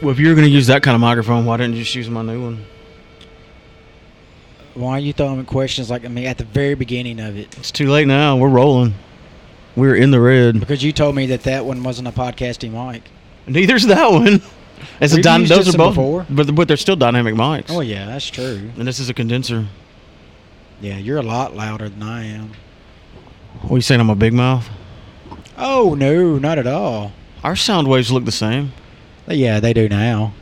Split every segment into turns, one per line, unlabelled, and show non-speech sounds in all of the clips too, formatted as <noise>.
Well, if you're going to use that kind of microphone, why didn't you just use my new one?
Why are you throwing questions like I mean at the very beginning of it?
It's too late now. We're rolling. We're in the red.
Because you told me that that one wasn't a podcasting mic.
Neither's that one. <laughs> It's a
We've
dyna-
used
those
this
are both,
before.
but but they're still dynamic mics.
Oh yeah, that's true.
And this is a condenser.
Yeah, you're a lot louder than I am.
What are you saying? I'm a big mouth.
Oh no, not at all.
Our sound waves look the same.
Yeah, they do now.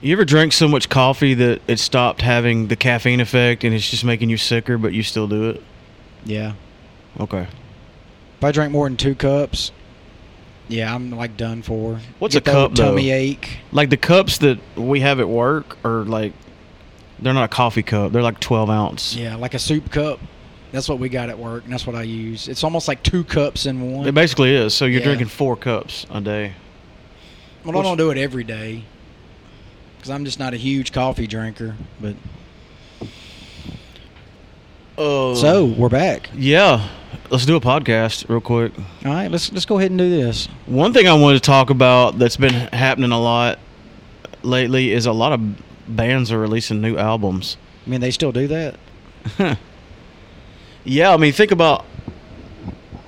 You ever drank so much coffee that it stopped having the caffeine effect and it's just making you sicker, but you still do it?
Yeah.
Okay.
If I drink more than two cups, yeah, I'm like done for.
What's
Get
a
the old
cup, though?
Tummy ache.
Like the cups that we have at work are like, they're not a coffee cup. They're like 12 ounce.
Yeah, like a soup cup. That's what we got at work, and that's what I use. It's almost like two cups in one.
It basically is. So you're
Yeah.
drinking four cups a day.
Well, I don't do it every day because I'm just not a huge coffee drinker. But
Oh.
so we're back.
Yeah. Let's do a podcast real quick.
All right, let's let's go ahead and do this.
One thing I wanted to talk about that's been happening a lot lately is a lot of bands are releasing new albums.
I mean, they still do that.
Yeah, I mean, think about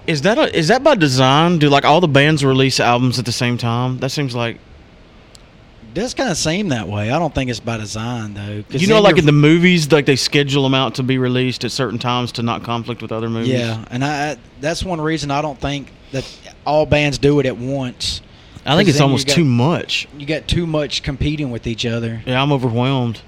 is that a, is that by design? Do like all the bands release albums at the same time? That seems like
It does kind of seem that way. I don't think it's by design though. 'cause
you know,
then
like
you're-
in the movies, like they schedule them out to be released at certain times to not conflict with other movies.
yeah, and I I- that's one reason I don't think that all bands do it at once.
I think
'Cause
it's
then you
almost
got-
too much.
You got too much competing with each other,
Yeah, I'm overwhelmed.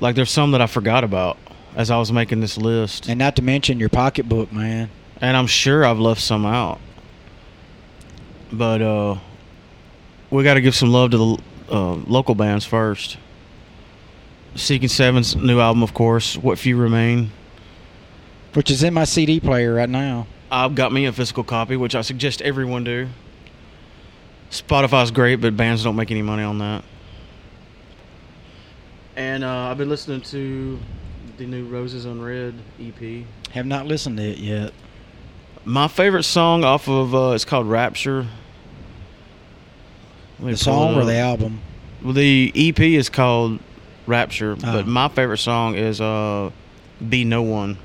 Like there's some that I forgot about as I was making this list, and,
and not to mention your pocketbook, man.
I'm sure I've left some out. But uh, we got to give some love to the uh, local bands first. Seeking Seven's new album, of course. What few remain.
Which is in my CD player right now.
I've got me a physical copy, which I suggest everyone do. Spotify's great, but bands don't make any money on that. And uh, I've been listening to the new Roses Unread E EP.
Have not listened to it yet.
My favorite song off of uh, it's called Rapture. Let me pull
The
it
song or
up.
the album?
Well, the EP is called Rapture,
Oh.
but my favorite song is uh, "Be No One."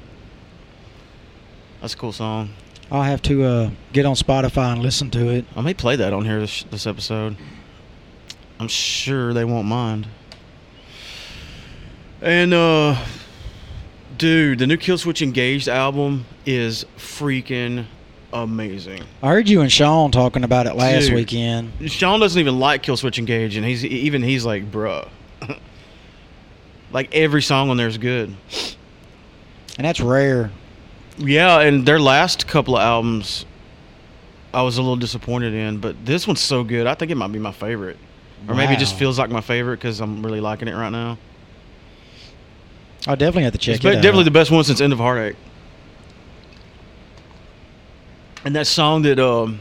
That's a cool song.
I'll have to uh, get on Spotify and listen to it.
I may play that on here this, this episode. I'm sure they won't mind. And uh dude, the new Killswitch Engaged album is freaking amazing.
I heard you and Sean talking about it last
Dude.
weekend.
Sean doesn't even like Killswitch Engage and he's even he's like, "Bruh." <laughs> like every song on there is good.
And that's rare.
Yeah, and their last couple of albums I was a little disappointed in, but this one's so good. I think it might be my favorite. Or maybe it just
Wow.
feels like my favorite because I'm really liking it right now.
I'll definitely have to check
it's
it
be-
out.
definitely the best one since End of Heartache. And that song that um,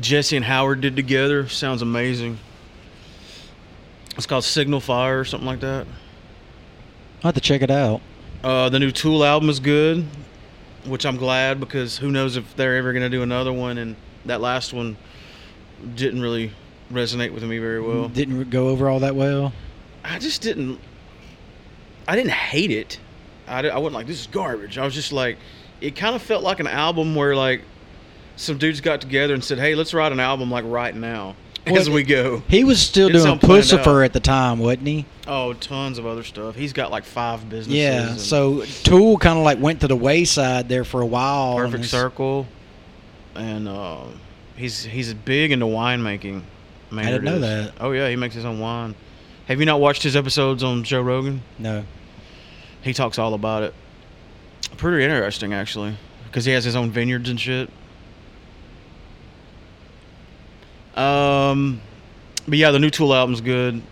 Jesse and Howard did together sounds amazing. It's called Signal Fire or something like that.
I'll have to check it out.
Uh, the new Tool album is good, which I'm glad because who knows if they're ever going to do another one. And that last one didn't really resonate with me very well.
Didn't go over all that well.
I just didn't. I didn't hate it. I, di- I wasn't like this is garbage. I was just like, it kind of felt like an album where like some dudes got together and said, "Hey, let's write an album like right now as
Well,
we go."
He was still
It's
doing
all planned
Pussifer
out.
at the time, wasn't he?
Oh, tons of other stuff. He's got like five businesses.
Yeah.
and
So Tool kind of like went to the wayside there for a while. and
Perfect
it's-
Circle, and uh, he's he's big into winemaking. Man,
I didn't know that.
Oh yeah, he makes his own wine. Have you not watched his episodes on Joe Rogan?
No.
he talks all about it. Pretty interesting, actually, because he has his own vineyards and shit. Um, but yeah, the new Tool album's good.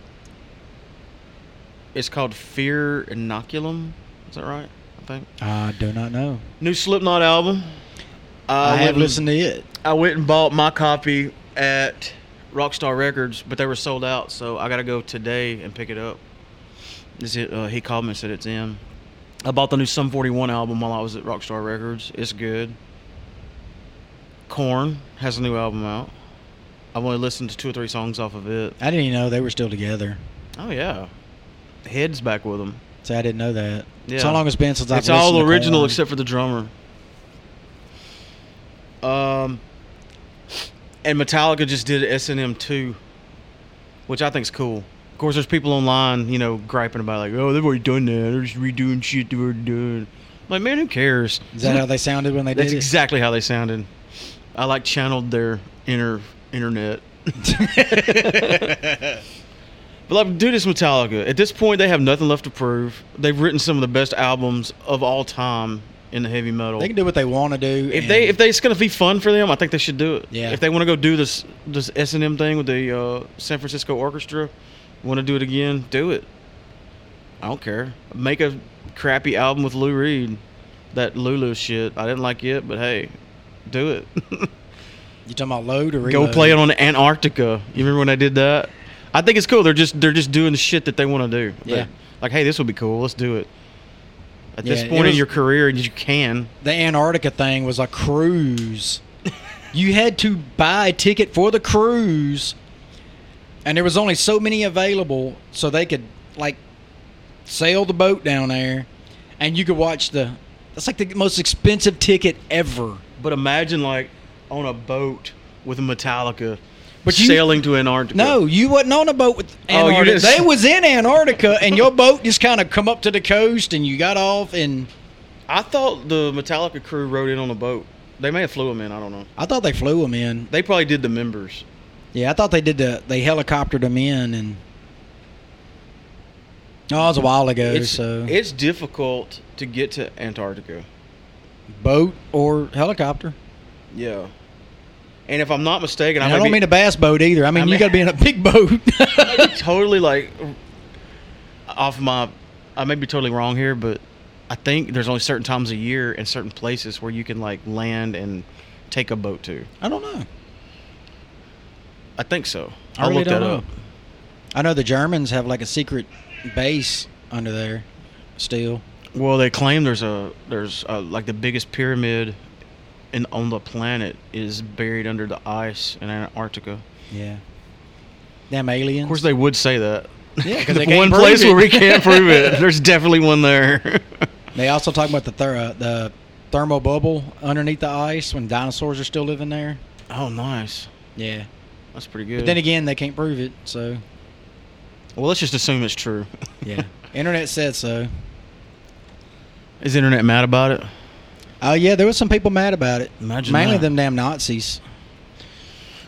It's called Fear Inoculum. Is that right? I think
I do not know.
new Slipknot album.
I,
went
have
and-
listened to it.
I went and bought my copy at Rockstar Records, but they were sold out, so I gotta go today and pick it up. Is it? Uh, he called me and said it's in. I bought the new Sum 41 album while I was at Rockstar Records. It's good. Corn has a new album out. I've only listened to two or three songs off of it.
I didn't even know they were still together.
Oh yeah, Head's back with them.
So I didn't know that.
Yeah.
It's how long it's been since I've
it's all
listened to
original
Korn.
except for the drummer. Um, and Metallica just did S and M two, which I think's cool. Of course, there's people online, you know, griping about like, oh, they've already done that. They're just redoing shit they've already done. I'm like, man, who cares?
Is that how they sounded when they
That's
did
exactly how they sounded. I like channeled their inner internet. <laughs> But like, dude, it's Metallica. At this point, they have nothing left to prove. They've written some of the best albums of all time in the heavy metal.
it? They can do what they want to do.
if
and-
they if they it's gonna be fun for them, I think they should do it.
Yeah.
If they want to go do this this S and M thing with the uh, San Francisco Orchestra, want to do it again, do it. I don't care. Make a crappy album with Lou Reed, that Lulu shit. I didn't like it, but hey, do it. <laughs>
you talking about load or
Go
reload?
play it on Antarctica. You remember when I did that? I think it's cool. They're just they're just doing the shit that they want to do. They-
Yeah.
like, hey, this would be cool. Let's do it. At this
Yeah, it
point in
was-
your career, you can.
The Antarctica thing was a cruise. you had to buy a ticket for the cruise, and there was only so many available, so they could like sail the boat down there, and you could watch the. That's like the most expensive ticket ever.
But imagine like on a boat with Metallica,
But you-
sailing to Antarctica.
No, you wasn't on a boat with
Oh, you
Antarctica.
didn't-
they was in Antarctica, and your boat just kind of come up to the coast, and you got off, and
I thought the Metallica crew rode in on a boat. They may have flew them in. I don't know.
I thought they flew them in.
They probably did the members.
Yeah, I thought they did the they helicoptered them in, and no, it was a while ago.
It's
so
it's difficult to get to Antarctica.
boat or helicopter.
Yeah. And if I'm not mistaken,
And
I,
I
may
don't
be- <laughs>
mean a bass boat either. I mean,
I mean-
you got to be in a big boat. <laughs>
I may be totally like off my. I may be totally wrong here, but I think there's only certain times a year and certain places where you can like land and take a boat to.
I don't know.
I think so.
I
I'll
really
look
don't
that
know.
up.
I know the Germans have like a secret base under there, still.
Well, they claim there's a there's a, like the biggest pyramid in on the planet is buried under the ice in Antarctica.
Yeah, damn
Of
aliens.
course, they would say that.
Yeah,
<laughs>
'cause they can't
one
prove
place
it.
where we
<laughs>
can't prove it. There's definitely one there. <laughs>
They also talk about the ther- uh, the thermal bubble underneath the ice when dinosaurs are still living there.
oh, nice.
Yeah,
That's pretty good.
but then again, they can't prove it.
<laughs>
So
well, let's just assume it's true. <laughs>
yeah, internet said so.
Is the internet mad about it?
Oh yeah, there was some people mad about it.
Imagine
mainly
that.
them damn Nazis.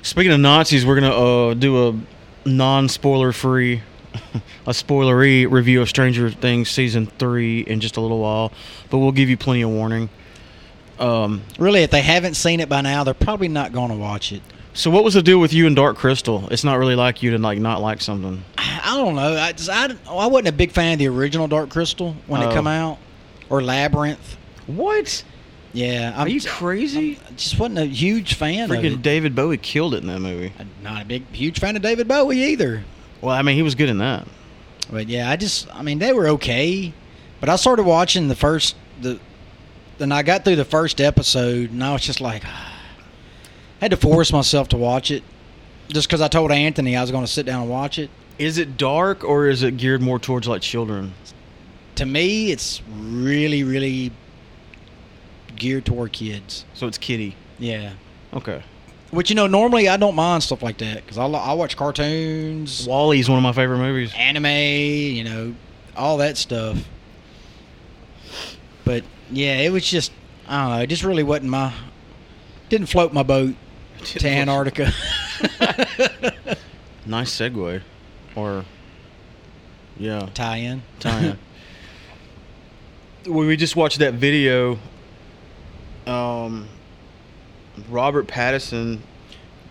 Speaking of Nazis, we're gonna uh, do a non-spoiler-free, <laughs> a spoilery review of Stranger Things season three in just a little while, but we'll give you plenty of warning. Um,
Really, if they haven't seen it by now, they're probably not going to watch it.
so, what was the deal with you and Dark Crystal? It's not really like you to like not like something.
I I don't know. I just, I, oh, I wasn't a big fan of the original Dark Crystal when
Oh.
it come out, or Labyrinth.
What?
Yeah, I'm,
Are you crazy?
I just wasn't a huge fan of
Freaking
it.
David Bowie killed it in that movie.
I'm not a big huge fan of David Bowie either.
Well, I mean, he was good in that.
But yeah, I just I mean they were okay, but I started watching the first the then I got through the first episode and I was just like <sighs> I had to force myself to watch it just cuz I told Anthony I was going to sit down and watch it.
Is it dark or is it geared more towards like children?
To me, it's really really geared toward kids.
So it's kiddie.
Yeah.
Okay.
Which you know normally I don't mind stuff like that cuz I lo- I watch cartoons,
Wally's one of my favorite movies.
anime, you know, all that stuff. But yeah, it was just I don't know, it just really wasn't my didn't float my boat to Antarctica.
<laughs> Nice segue. Or, yeah,
<laughs> Tie in.
<laughs> time. we just watched that video. Um, Robert Pattinson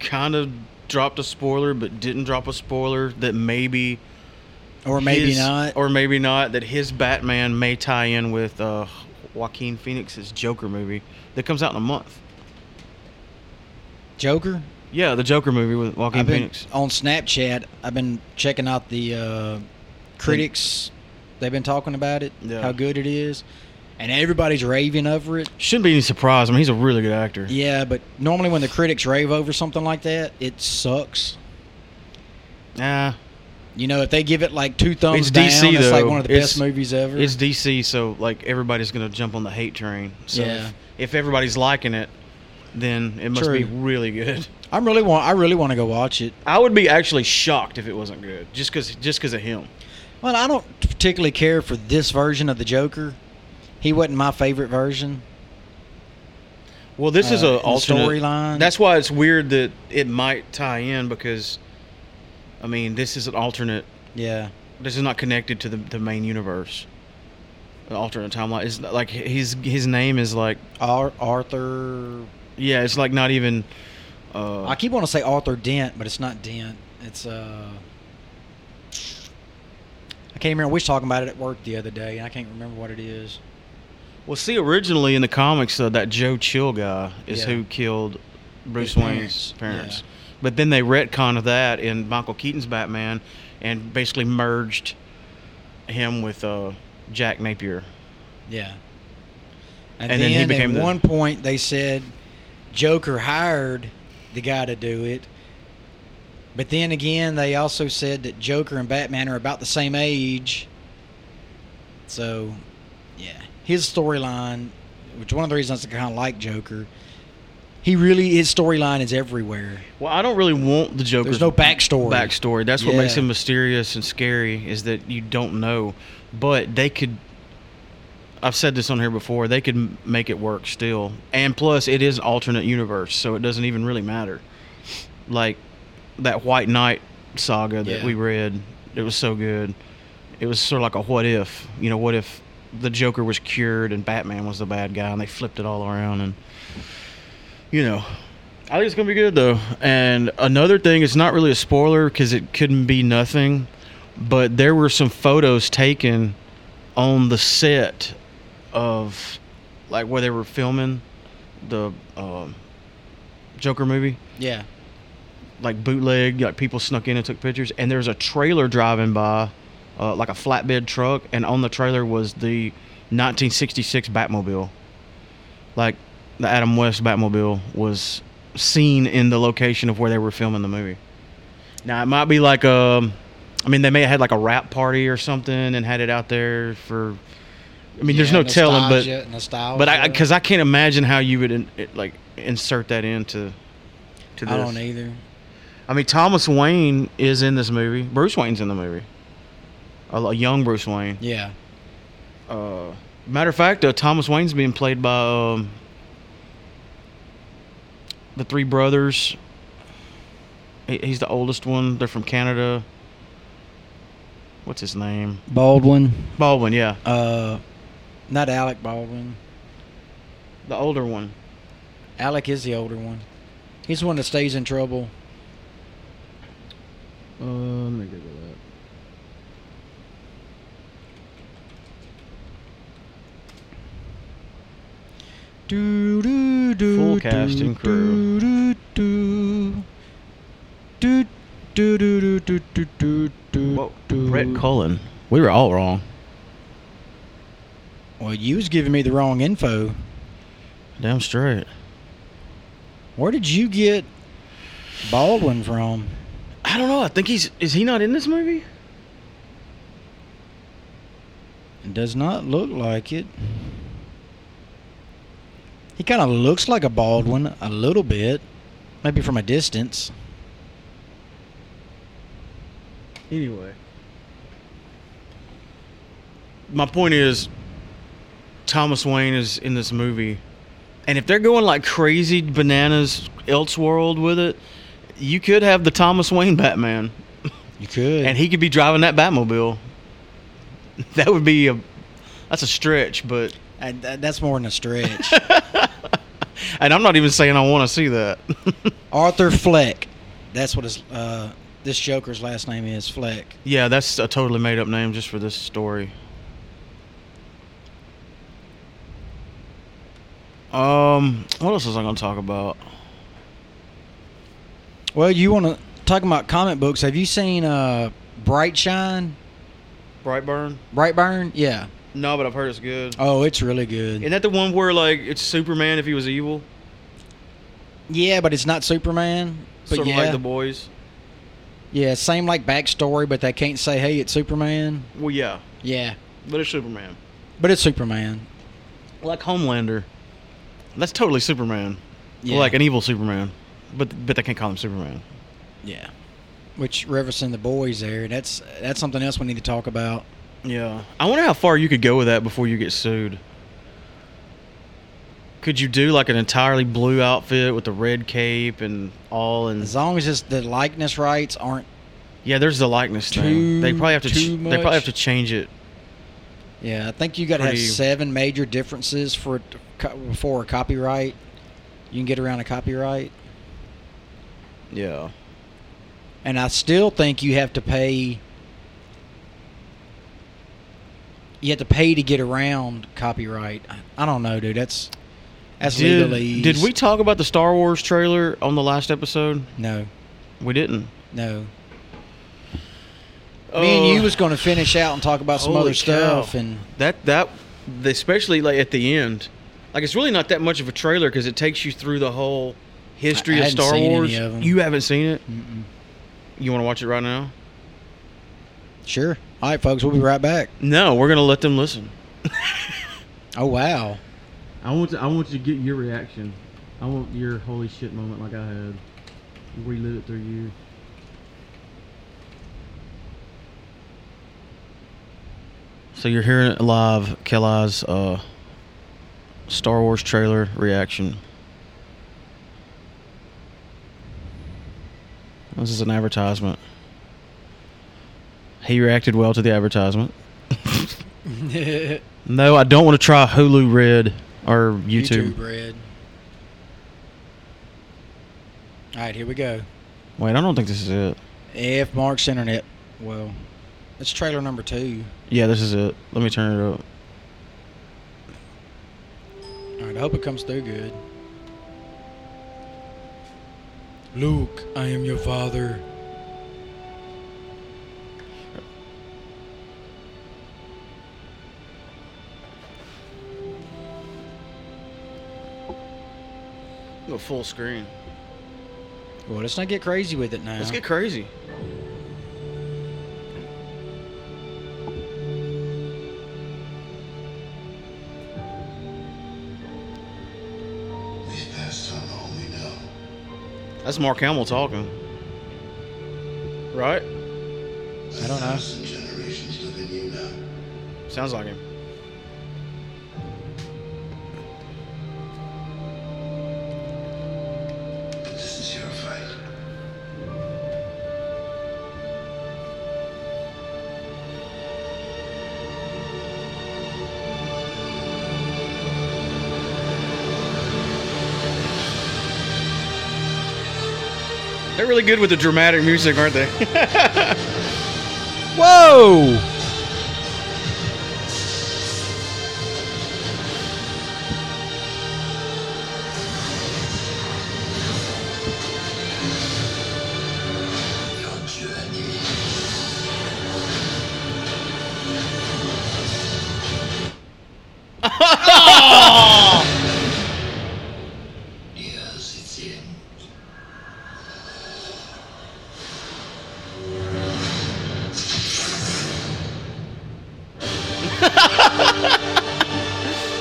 kind of dropped a spoiler, but didn't drop a spoiler that maybe
Or maybe
his-
not.
or maybe not that his Batman may tie in with uh, Joaquin Phoenix's Joker movie that comes out in a month.
Joker.
Yeah, the Joker movie with Joaquin
I've been
Phoenix.
on Snapchat I've been checking out the uh, critics they've been talking about it,
Yeah.
how good it is. and everybody's raving over it.
Shouldn't be any surprise. I mean, he's a really good actor.
Yeah, but normally when the critics rave over something like that, it sucks.
Nah,
You know, if they give it like two thumbs
It's
down,
DC
it's like
though.
one of the
It's-
best movies ever.
it's DC, so like everybody's gonna jump on the hate train. So
Yeah.
if, if everybody's liking it, then it must be
True.
really good.
I really want. I really want to go watch it.
I would be actually shocked if it wasn't good, just because just because of him.
Well, I don't particularly care for this version of the Joker. He wasn't my favorite version.
Well, this is
Uh,
a
and the
alternate
storyline.
That's why it's weird that it might tie in because, I mean, this is an alternate.
Yeah.
This is not connected to the, the main universe. An alternate timeline is like his his name is like
Ar- Arthur.
yeah, it's like not even. Uh,
I keep wanting to say Arthur Dent, but it's not Dent. It's uh. I can't remember. We was talking about it at work the other day, and I can't remember what it is.
Well, see, originally in the comics, though, that Joe Chill guy is
Yeah.
who killed Bruce
His
Wayne's
parents,
parents.
yeah.
But then they retconned that in Michael Keaton's Batman and basically merged him with uh, Jack Napier.
Yeah. And,
And
then,
then he became
at
the-
one point they said Joker hired the guy to do it. But then again they also said that Joker and Batman are about the same age. So yeah. His storyline which one of the reasons I kinda like Joker, he really his storyline is everywhere.
Well, I don't really want the Joker.
There's no backstory.
Backstory. That's what makes
Yeah.
him mysterious and scary is that you don't know. But they could. I've said this on here before. They could m- make it work still, and plus, it is alternate universe, so it doesn't even really matter. Like that White Knight saga that
Yeah.
we read. It was so good. It was sort of like a what if. You know, what if the Joker was cured and Batman was the bad guy, and they flipped it all around and you know, I think it's gonna be good though. And another thing, it's not really a spoiler because it couldn't be nothing, but there were some photos taken on the set of like where they were filming the um, Joker movie,
Yeah.
like bootleg, like people snuck in and took pictures. And there's a trailer driving by, uh, like a flatbed truck, and on the trailer was the 1966 Batmobile like the Adam West Batmobile was seen in the location of where they were filming the movie. Now it might be like um, I mean they may have had like a rap party or something and had it out there for. I mean, there's
Yeah,
no telling, but
nostalgia- nostalgia.
but I because I, can't imagine how you would in, it, like insert that into. To this.
I don't either.
I mean, Thomas Wayne is in this movie. Bruce Wayne's in the movie. A, a young Bruce Wayne.
Yeah.
Uh, matter of fact, uh, Thomas Wayne's being played by um, the three brothers. He- He's the oldest one. They're from Canada. What's his name?
Baldwin.
Baldwin, yeah,
Uh not Alec Baldwin.
the older one.
Alec is the older one. He's the one that stays in trouble.
Uh, let me Google that.
Do, do, do,
Full
do,
cast and crew.
Do, do, do, do, do, do, do, do, do, do,
Whoa,
do.
Brett Cullen. We were all wrong.
Well, you was giving me the wrong info.
Damn straight.
Where did you get Baldwin from?
I don't know. I think he's. Is he not in this movie?
It does not look like it. He kind of looks like a Baldwin a little bit, maybe from a distance.
Anyway. My point is Thomas Wayne is in this movie. And if they're going like crazy bananas elseworld with it, you could have the Thomas Wayne Batman.
You could.
And he could be driving that Batmobile. <laughs> That would be a that's a stretch, but
And tha- that's more than a stretch.
and I'm not even saying I want to see that. <laughs>
Arthur Fleck. That's what his uh, this Joker's last name is. Fleck.
yeah, that's a totally made up name just for this story. Um, what else was I going to talk about?
Well, you want to talk about comic books? Have you seen uh, Bright Shine?
Brightburn.
Brightburn? Yeah.
No, but I've heard it's good.
Oh, it's really good.
Isn't that the one where like it's Superman if he was evil?
yeah, but it's not Superman. But
Sort of
yeah,
like the boys.
yeah, same like backstory, but they can't say, "Hey, it's Superman."
Well, yeah,
Yeah,
but it's Superman.
but it's Superman.
Like Homelander. That's totally Superman.
Yeah.
Like an evil Superman. But but they can't call him Superman.
Yeah, which referencing the boys there. That's that's something else we need to talk about.
Yeah. I wonder how far you could go with that before you get sued. Could you do like an entirely blue outfit with the red cape and all and
As long as it's, the likeness rights aren't.
yeah, there's the likeness
Too-
thing. They probably have to
too
ch- they probably have
much?
to change it.
Yeah, I think you got to have
Pretty-
seven major differences for it to co- for a copyright. You can get around a copyright,
Yeah.
and I still think you have to pay. You have to pay to get around copyright. I- I don't know, dude. That's that's
Did,
legalese.
did we talk about the Star Wars trailer on the last episode?
No,
We didn't.
no. Me and you was going to finish out and talk about some
Oh. Holy
other stuff,
cow.
and
that that especially like at the end like it's really not that much of a trailer because it takes you through the whole history
I- I
of
hadn't
star
seen any
wars
of 'em.
you haven't seen it
Mm-mm.
you want to watch it right now
sure. All right, folks, we'll be right back.
no we're gonna let them listen <laughs>
Oh wow.
i want to, i want you to get your reaction i want your holy shit moment like i had relive it through you so you're hearing it live kelly's uh star wars trailer reaction This is an advertisement. He reacted well to the advertisement. no, I don't want to try Hulu Red or YouTube.
Red. All right, here we go.
Wait, I don't think this is it.
F Mark's internet. Well, it's trailer number two.
Yeah, this is it. Let me turn it up.
All right, I hope it comes through good. Luke, I am your father.
Go full screen.
Well, let's not get crazy with it now.
Let's get crazy.
These past time all we know.
That's Mark Hamill talking. Right?
I don't know.
A thousand generations live in you now.
Sounds like him.
But this is your fight.
They're really good with the dramatic music, aren't <laughs> they?
Whoa!
Don't you Jedi. Yes, it's in.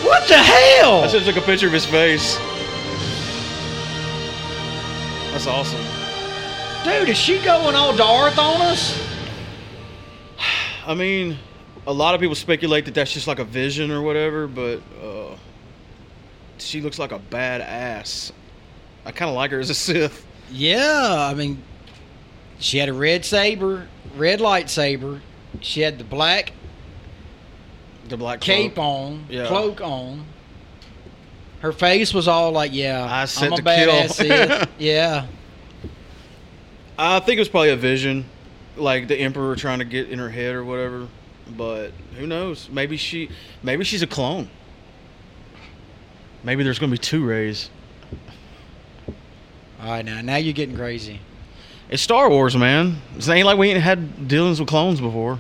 What the hell?
I should have took a picture of his face. That's awesome.
Dude, is she going all Darth on us?
I mean, a lot of people speculate that that's just like a vision or whatever, but uh, she looks like a badass. I kind of like her as a Sith.
Yeah, I mean, she had a red saber, red lightsaber. She had the black
The black
cape
cloak.
on,
Yeah.
cloak on. Her face was all like, "Yeah,
I set
am a
to kill."
badass."
<laughs>
Sith. yeah,
I think it was probably a vision, like the Emperor trying to get in her head or whatever. But who knows? Maybe she, maybe she's a clone. Maybe there's going to be two Rays.
all right, now now you're getting crazy.
It's Star Wars, man. It's ain't like we ain't had dealings with clones before,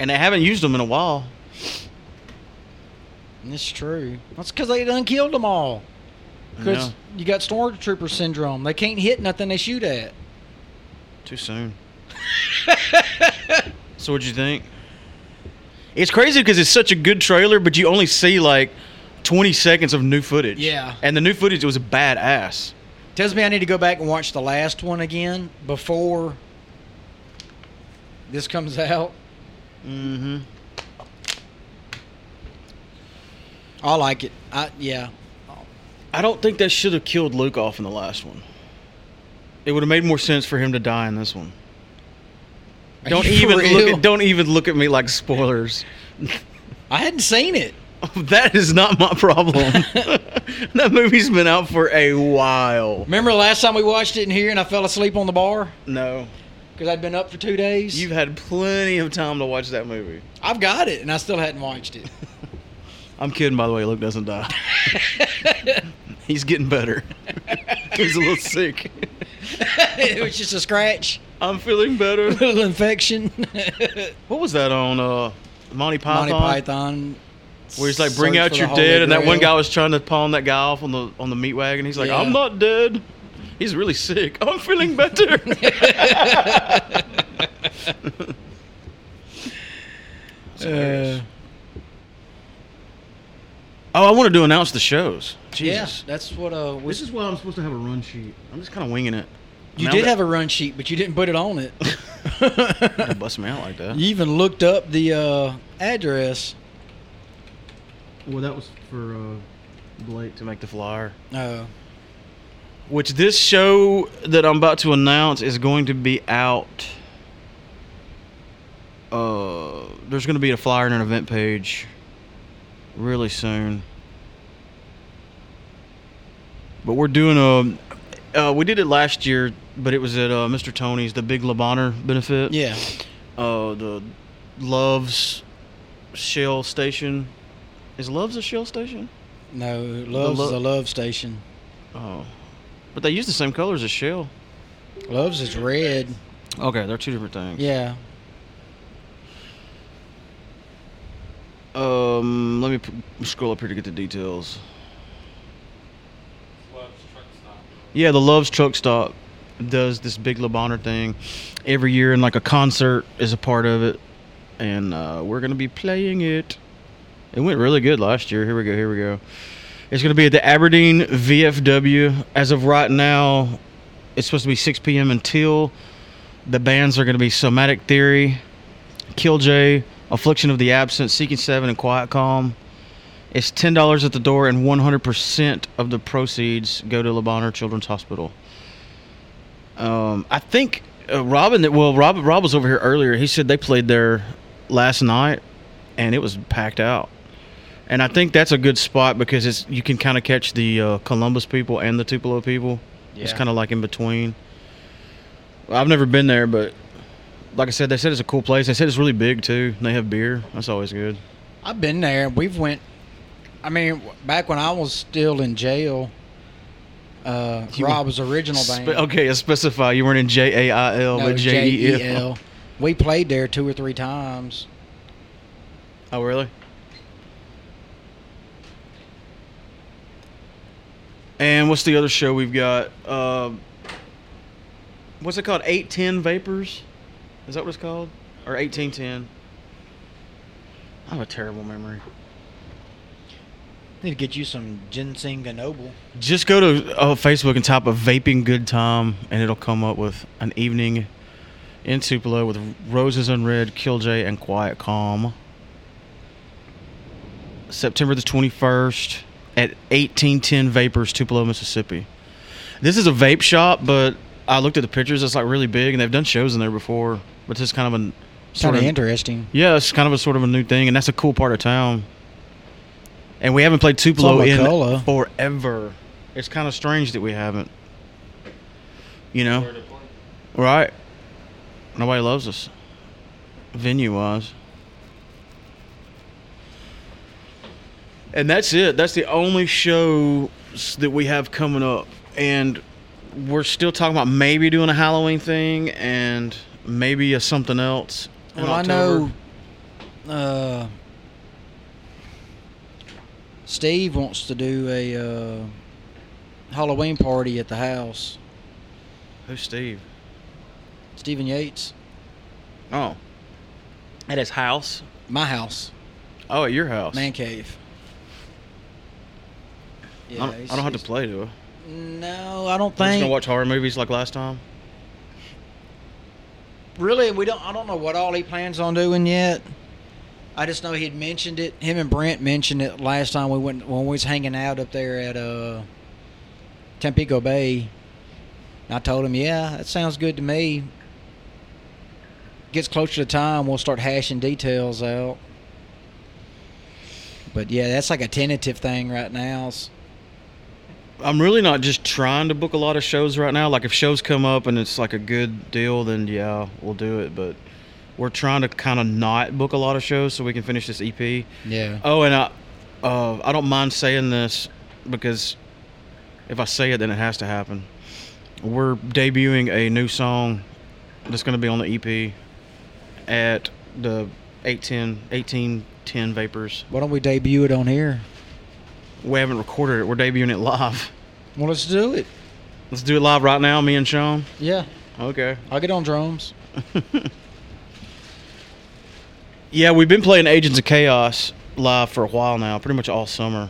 and they haven't used them in a while.
It's true. That's because they done killed them all. Because
Yeah.
you got stormtrooper syndrome. They can't hit nothing they
<laughs>
shoot at.
Too soon. so what'd you think? It's crazy because it's such a good trailer, but you only see like 20 seconds of new footage.
Yeah.
And the new footage was badass.
Tells me I need to go back and watch the last one again before this comes out.
Mm-hmm.
I like it. I yeah.
I don't think they should have killed Luke off in the last one. It would have made more sense for him to die in this one.
Are
Don't
you
even
<laughs> for
look
real?
at, don't even look at me like spoilers. <laughs>
I hadn't seen it.
that is not my
<laughs>
problem. that movie's been out for a while.
Remember last time we watched it in here and I fell asleep on the bar
No.
because I'd been up for two days.
You've had plenty of time to watch that movie.
I've got it and I still hadn't watched it. <laughs>
I'm kidding, by the way. Luke doesn't die. <laughs> He's getting better. <laughs> He's a little sick.
it was just a scratch, <laughs>
I'm feeling
a
better.
little infection. <laughs>
What was that on uh, Monty Python?
Monty Python.
Where he's like, "Bring
Search
out
for
your
the Holy
dead," and that one guy
Grail.
was trying to pawn that guy off on the on the meat wagon. He's like,
Yeah.
"I'm not dead. He's really sick. I'm feeling
<laughs>
better." It's hilarious. oh, I want to do announce the shows.
Yeah,
Jesus.
that's what uh. We,
This is why I'm supposed to have a run sheet. I'm just kind of winging it.
you did have a run sheet, but you didn't put it on it.
a <laughs> bust me out like that.
<laughs> you even looked up the uh, address.
Well, that was for uh, Blake to make the flyer.
Oh,
Which this show that I'm about to announce is going to be out. Uh, there's going to be a flyer and an event page really soon. But we're doing a. Uh, we did it last year, but it was at uh, Mr. Tony's, the Big Labanner benefit.
yeah.
Uh, the Love's Shell Station. Is Love's a Shell Station?
No, Love's
lo-
is a love station.
Oh. But they use the same colors as Shell.
Love's is red.
Okay, they're two different things.
Yeah.
Um, let me p- scroll up here to get the details. Yeah, the Love's Truck Stop does this big Le Bonheur thing every year, and like a concert is a part of it. And uh, we're gonna be playing it. It went really good last year. Here we go. Here we go. It's gonna be at the Aberdeen VFW. As of right now, it's supposed to be 6 p.m. until the bands are gonna be Somatic Theory, Killjoy, Affliction of the Absent, Seeking Seven, and Quiet Calm. It's ten dollars at the door, and one hundred percent of the proceeds go to Lebanon Children's Hospital. Um, I think uh, Robin. that- Well, Rob, Rob was over here earlier. He said they played there last night, and it was packed out. And I think that's a good spot because it's you can kind of catch the uh, Columbus people and the Tupelo people. It's
Yeah.
kind of like in between. I've never been there, but like I said, they said it's a cool place. They said it's really big too. and They have beer. That's always good.
I've been there. We've went. I mean, w- back when I was still in jail, uh,
You
Rob's original band.
Spe- okay, specify you weren't in J A I L,
no,
but J E L.
JEL. We played there two or three times.
<laughs> Oh, really? And what's the other show we've got? Uh, what's it called? Eight Ten Vapors. Is that what it's called? Or eighteen ten? I have a terrible memory.
Need to get you some ginseng Noble.
Just go to uh, Facebook and type a vaping good time, and it'll come up with an evening in Tupelo with Roses Unread, Killjay, and Quiet Calm. September the 21st at 1810 Vapors, Tupelo, Mississippi. This is a vape shop, but I looked at the pictures. It's like really big, and they've done shows in there before, but this is kind of an
Sort of interesting.
yeah, it's kind of a sort of a new thing, and that's a cool part of town. And we haven't played Tupelo
on
in
McCullough.
forever. It's kind of strange that we haven't. You know, right? Nobody loves us, venue wise. And that's it. That's the only shows that we have coming up, and we're still talking about maybe doing a Halloween thing and maybe a something else. in
Well, I
October.
know uh, Steve wants to do a uh, Halloween party at the house.
Who's Steve?
Stephen Yates,
Oh, at his house.
my house,
Oh, at your house.
man cave.
I don't,
he's-
I don't have to
he's-
play, do I?
No, I don't
I'm just
think.
gonna watch horror movies like last time.
really, we don't. I don't know what all he plans on doing yet. I just know he'd mentioned it. Him and Brent mentioned it last time we went when we was hanging out up there at uh, Tampico Bay. And I told him, yeah, that sounds good to me. Gets closer to time, we'll start hashing details out. But yeah, that's like a tentative thing right now. S-
I'm really not just trying to book a lot of shows right now. Like if shows come up and it's like a good deal, then yeah, we'll do it. But we're trying to kind of not book a lot of shows so we can finish this E EP.
Yeah.
Oh, and I, uh, I don't mind saying this because if I say it, then it has to happen. We're debuting a new song that's going to be on the EP at the 810 1810 Vapors.
Why don't we debut it on here?
We haven't recorded it. We're debuting it live.
Well, let's do it.
Let's do it live right now, me and Sean.
Yeah,
Okay.
I'll get on drums.
Yeah, we've been playing Agents of Chaos live for a while now, pretty much all summer.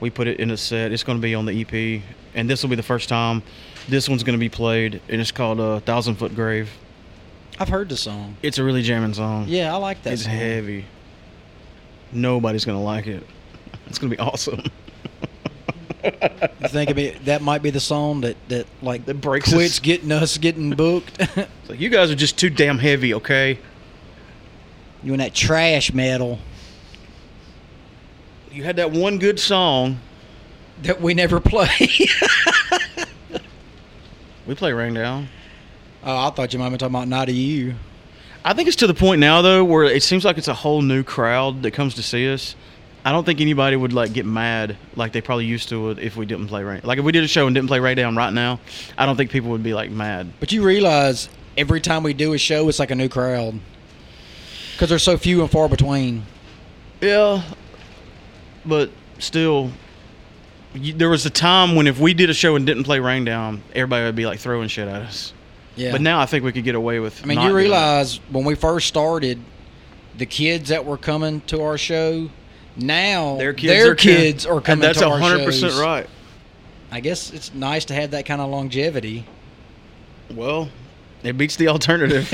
We put it in a set. It's going to be on the EP, and this will be the first time. This one's going to be played, and it's called uh, Thousand Foot Grave.
I've heard the song.
It's a really jamming song.
Yeah, I like that.
it's
song.
heavy. Nobody's going to like it. <laughs> It's going to be awesome.
You think of it, that might be the song that that like
That breaks
quits
us.
getting us getting booked. <laughs>
It's like, you guys are just too damn heavy, okay?
you and that trash metal
You had that one good song.
that we never <laughs> play.
We play Rain Down.
oh, I thought you might be talking about not to you.
I think it's to the point now though where it seems like it's a whole new crowd that comes to see us. I don't think anybody would like get mad like they probably used to would if we didn't play Ray. Like if we did a show and didn't play Ray Down right now, I don't think people would be like mad.
But you realize every time we do a show, it's like a new crowd because there's so few and far between.
Yeah, but still, you, there was a time when if we did a show and didn't play Rain Down, everybody would be like throwing shit at us.
Yeah.
But now I think we could get away with.
I mean,
not
you
doing it.
realize when we first started, the kids that were coming to our show now
their kids,
their
are com-
kids are coming.
And that's
to our
percent
shows.
right.
I guess it's nice to have that kind of
<laughs>
longevity.
Well, it beats the
<laughs>
alternative.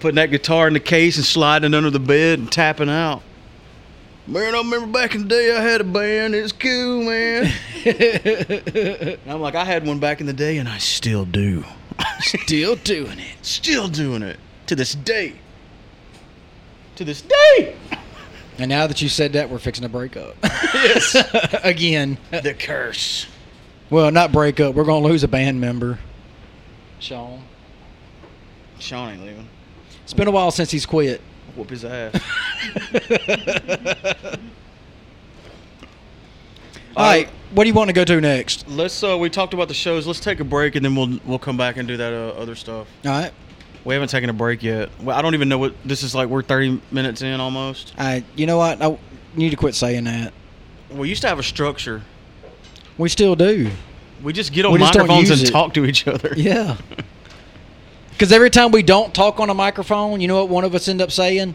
Putting that guitar in the case and sliding under the bed and tapping out. Man, I remember back in the day I had a band. It's cool,
<laughs>
man. and I'm like, I had one back in the day, and I still do. <laughs>
Still doing it.
Still doing it to this day. To this
<laughs>
day,
And now that you said that, we're fixing to break
<laughs>
up. <laughs> Again.
the curse.
Well, not break up. We're going to lose a band member. Sean.
Sean ain't leaving.
It's been a while since he's quit.
Whoop his ass.
<laughs> All right. What do you want to go to next?
Let's. Uh, we talked about the shows. Let's take a break, and then we'll we'll come back and do that uh, other stuff.
All right.
We haven't taken a break yet. Well, I don't even know what this is like. We're 30 minutes in almost.
I, you know what? I need to quit saying that.
We used to have a structure.
We still do.
We just get on
We just don't
microphones
use
and
it.
talk to each other.
Yeah. <laughs> Because every time we don't talk on a microphone, you know what one of us end up saying?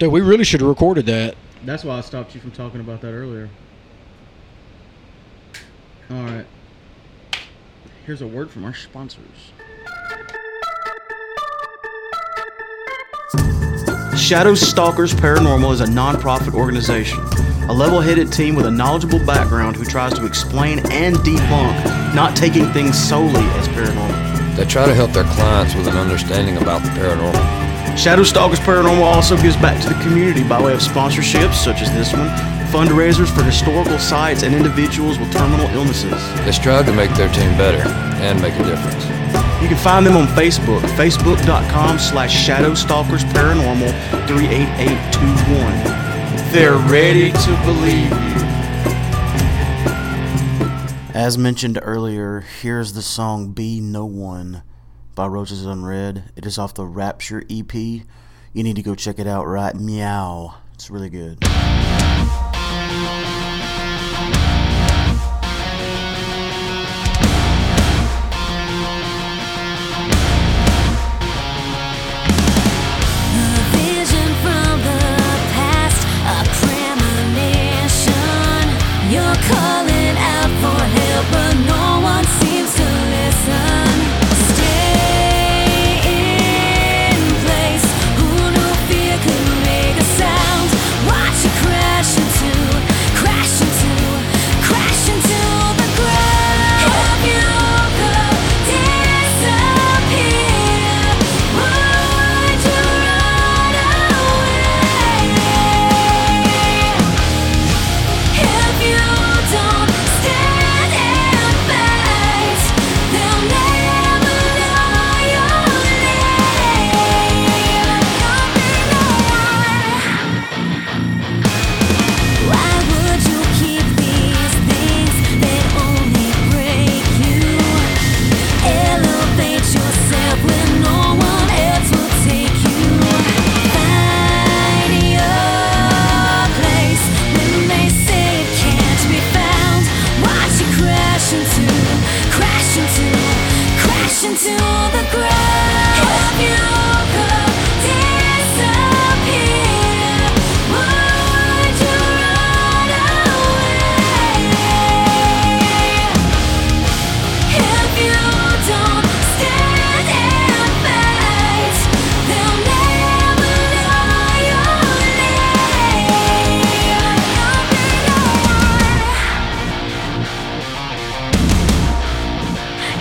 Dude, we really should have recorded that.
That's why I stopped you from talking about that earlier. All right. Here's a word from our sponsors. Shadow Stalkers Paranormal is a nonprofit organization, a level headed team with a knowledgeable background who tries to explain and debunk, not taking things solely as paranormal.
They try to help their clients with an understanding about the paranormal.
Shadow Stalkers Paranormal also gives back to the community by way of sponsorships such as this one, fundraisers for historical sites and individuals with terminal illnesses.
They strive to make their team better and make a difference.
You can find them on Facebook, facebook.com slash Shadow Stalkers Paranormal 38821. They're ready to believe you. As mentioned earlier, here's the song Be No One by Roaches Unread. It is off the E Rapture EP. You need to go check it out right meow. It's really good.
Be away? If you don't stand and fight, they'll never know your name. Nothing more. Why would you keep these things that only break you? Elevate yourself when no one else will take you. Find your place when they say it can't be found. Watch you crash into, crash into, crash into the ground. Help you go disappear. Would you run away? If you don't stand and fight, they'll never know your name.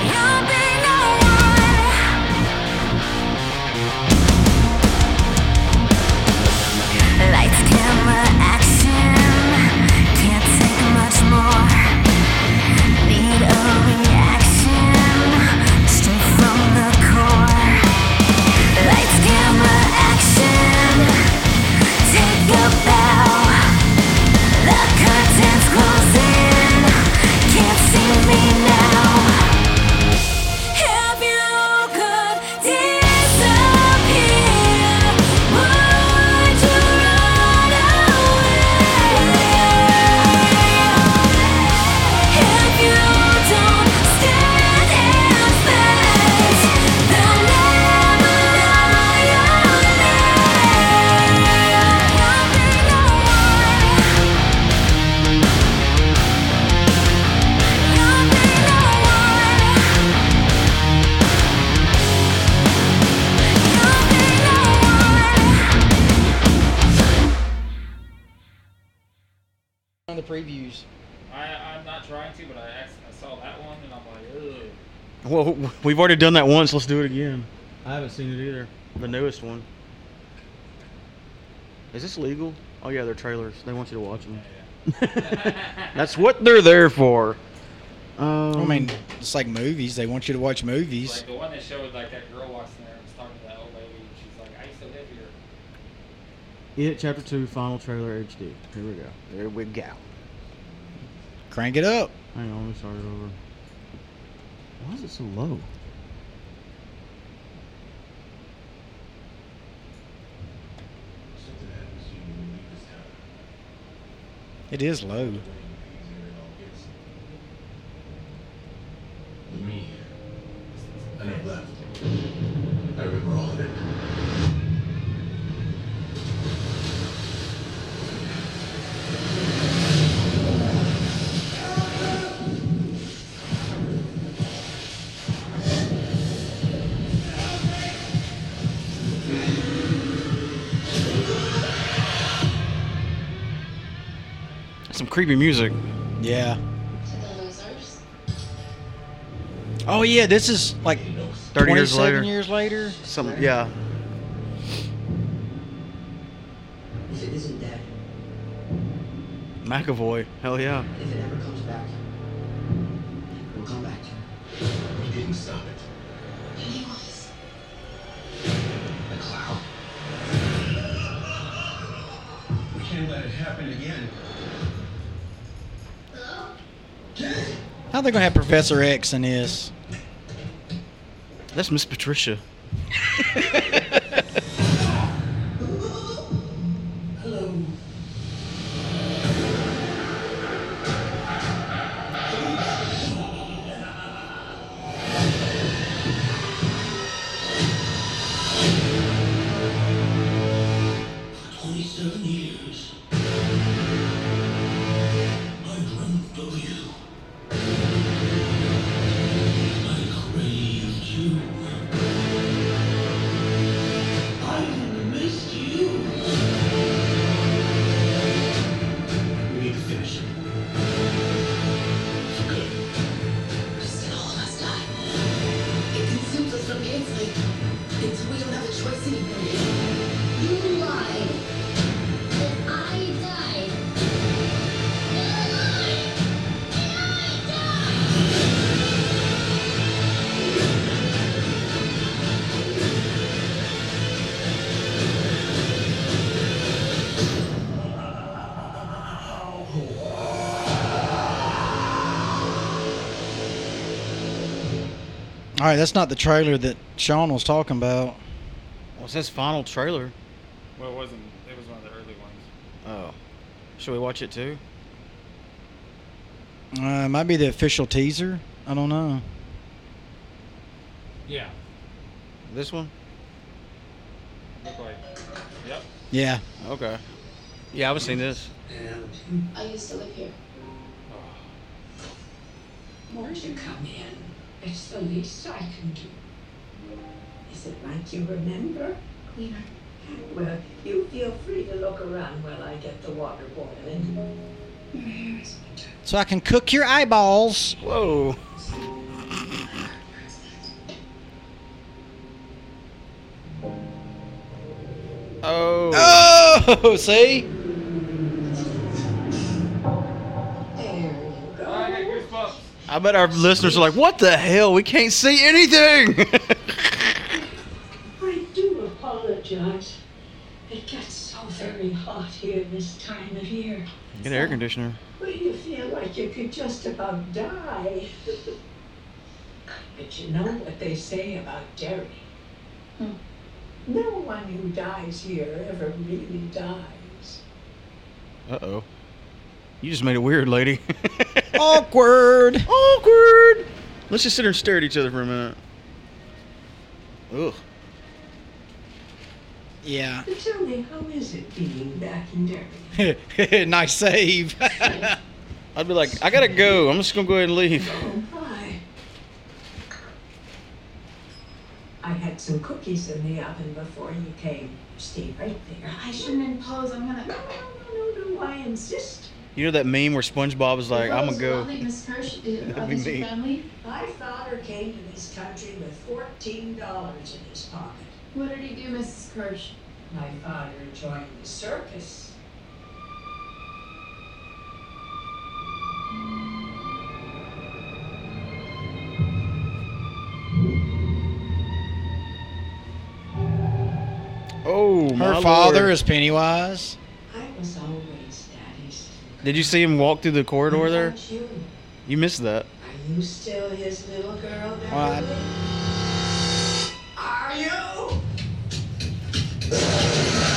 You'll be no one. Lights, camera, action. Can't take much more. Need a reaction straight from the core. Lights, camera, action. Take a bow. The curtains closing. Can't see me now. If you could disappear, would you run away? If you don't stand and fight, they'll never know your name.
On the previews.
I, I'm not trying to, but I, acc- I saw that one and I'm like, ugh.
Well, we've already done that once. Let's do it again. I haven't seen it either. The newest one. Is this legal? Oh yeah, they're trailers. They want you to watch them. <laughs> That's what they're there for. Um,
I mean, it's like movies. They want you to watch movies.
Like the one that showed like that girl walks in there and was talking to that old lady. and She's like, I used to live here.
it chapter two final trailer HD. Here we go. There we go.
Crank it up.
Hang on, let me start it over. Why is it so low?
Something happens to you when you leave this town.
It is low.
Me. I never left. I remember all of it.
Some creepy music.
Yeah.
To the losers,
Oh yeah, this is like
Thirty years
27
later.
years later.
Some yeah.
If it isn't dead,
McAvoy. Hell yeah.
if it ever comes back, we'll come back to you.
You didn't stop it.
he was.
The cloud. We can't let it happen again.
How they gonna have Professor X in this?
That's Miss Patricia.
Hello.
All right, that's not the trailer that Sean was talking about.
What's his final trailer?
Well, it wasn't. It was one of the early ones.
Oh, should we watch it too?
Uh, it might be the official teaser. I don't know.
Yeah.
This one?
Look like. Yep.
Yeah.
Okay. Yeah, I haven't seen this.
I used to live here.
Won't you come in? It's the least I can do. Is it like you remember?
Cleaner.
Well, you feel free to look around while I get the water boiling.
Your hair is winter.
So I can cook your eyeballs.
Whoa. Oh.
Oh, <laughs> see?
There you
Oh, I got
go.
goosebumps.
I bet our listeners are like, "What the hell? We can't see <laughs> anything."
I do apologize. It gets so very hot here this time of year.
Get air conditioner.
Well, you feel like you could just about die. but you know what they say about Derry.
Hmm.
No one who dies here ever really dies.
Uh oh. You just made it weird, <laughs> lady.
Awkward.
Awkward. Let's just sit here and stare at each other for a minute. Ugh.
Yeah.
But tell me, how is it being back in
<laughs>
Derry?
nice save. <laughs>
I'd be like, I gotta go. I'm just gonna go ahead and leave.
Oh, hi. I had some cookies in the oven before you came. Stay right there.
I shouldn't impose. I'm
No,
gonna.
no, no, no, no, I insist.
You know that meme where SpongeBob is like, I'm gonna
Those
go.
lovely Miss Kirsch, uh,
<laughs> That'd be
others
me.
your family.
My father came to this country with fourteen dollars in his pocket.
What did he do, Mrs. Kirsch?
My father joined the circus.
Oh, my
Her father
Lord.
is Pennywise.
I was always daddy's.
Did you see him walk through the corridor
What
there?
about you?
You missed that.
Are you still his little girl,
Well, I-
Beverly? Are you?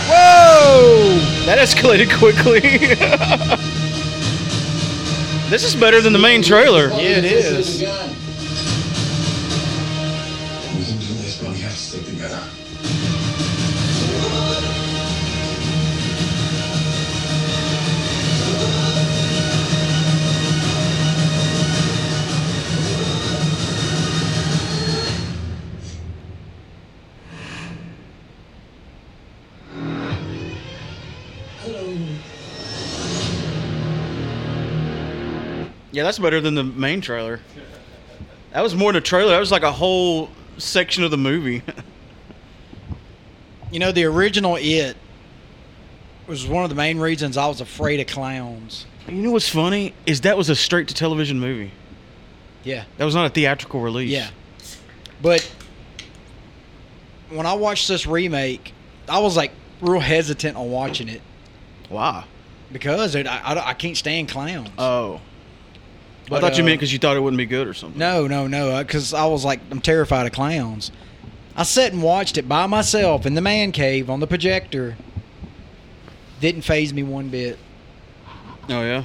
Whoa!
Oh!
That escalated quickly. <laughs> this is better than the main trailer.
Yeah, it is.
We can do this, but we have to stick together.
Yeah, that's better than the main trailer. That was more than a trailer. That was like a whole section of the movie. <laughs>
You know, the original It was one of the main reasons I was afraid of clowns.
you know what's funny is that was a straight to television movie.
Yeah.
That was not a theatrical release.
Yeah. But when I watched this remake, I was like real hesitant on watching it
Wow.
because it, I, I, I can't stand clowns.
Oh. I
But,
thought you
uh,
meant because you thought it wouldn't be good or something.
No, no, no. Because I was like, I'm terrified of clowns. I sat and watched it by myself in the man cave on the projector. Didn't phase me one bit.
Oh yeah.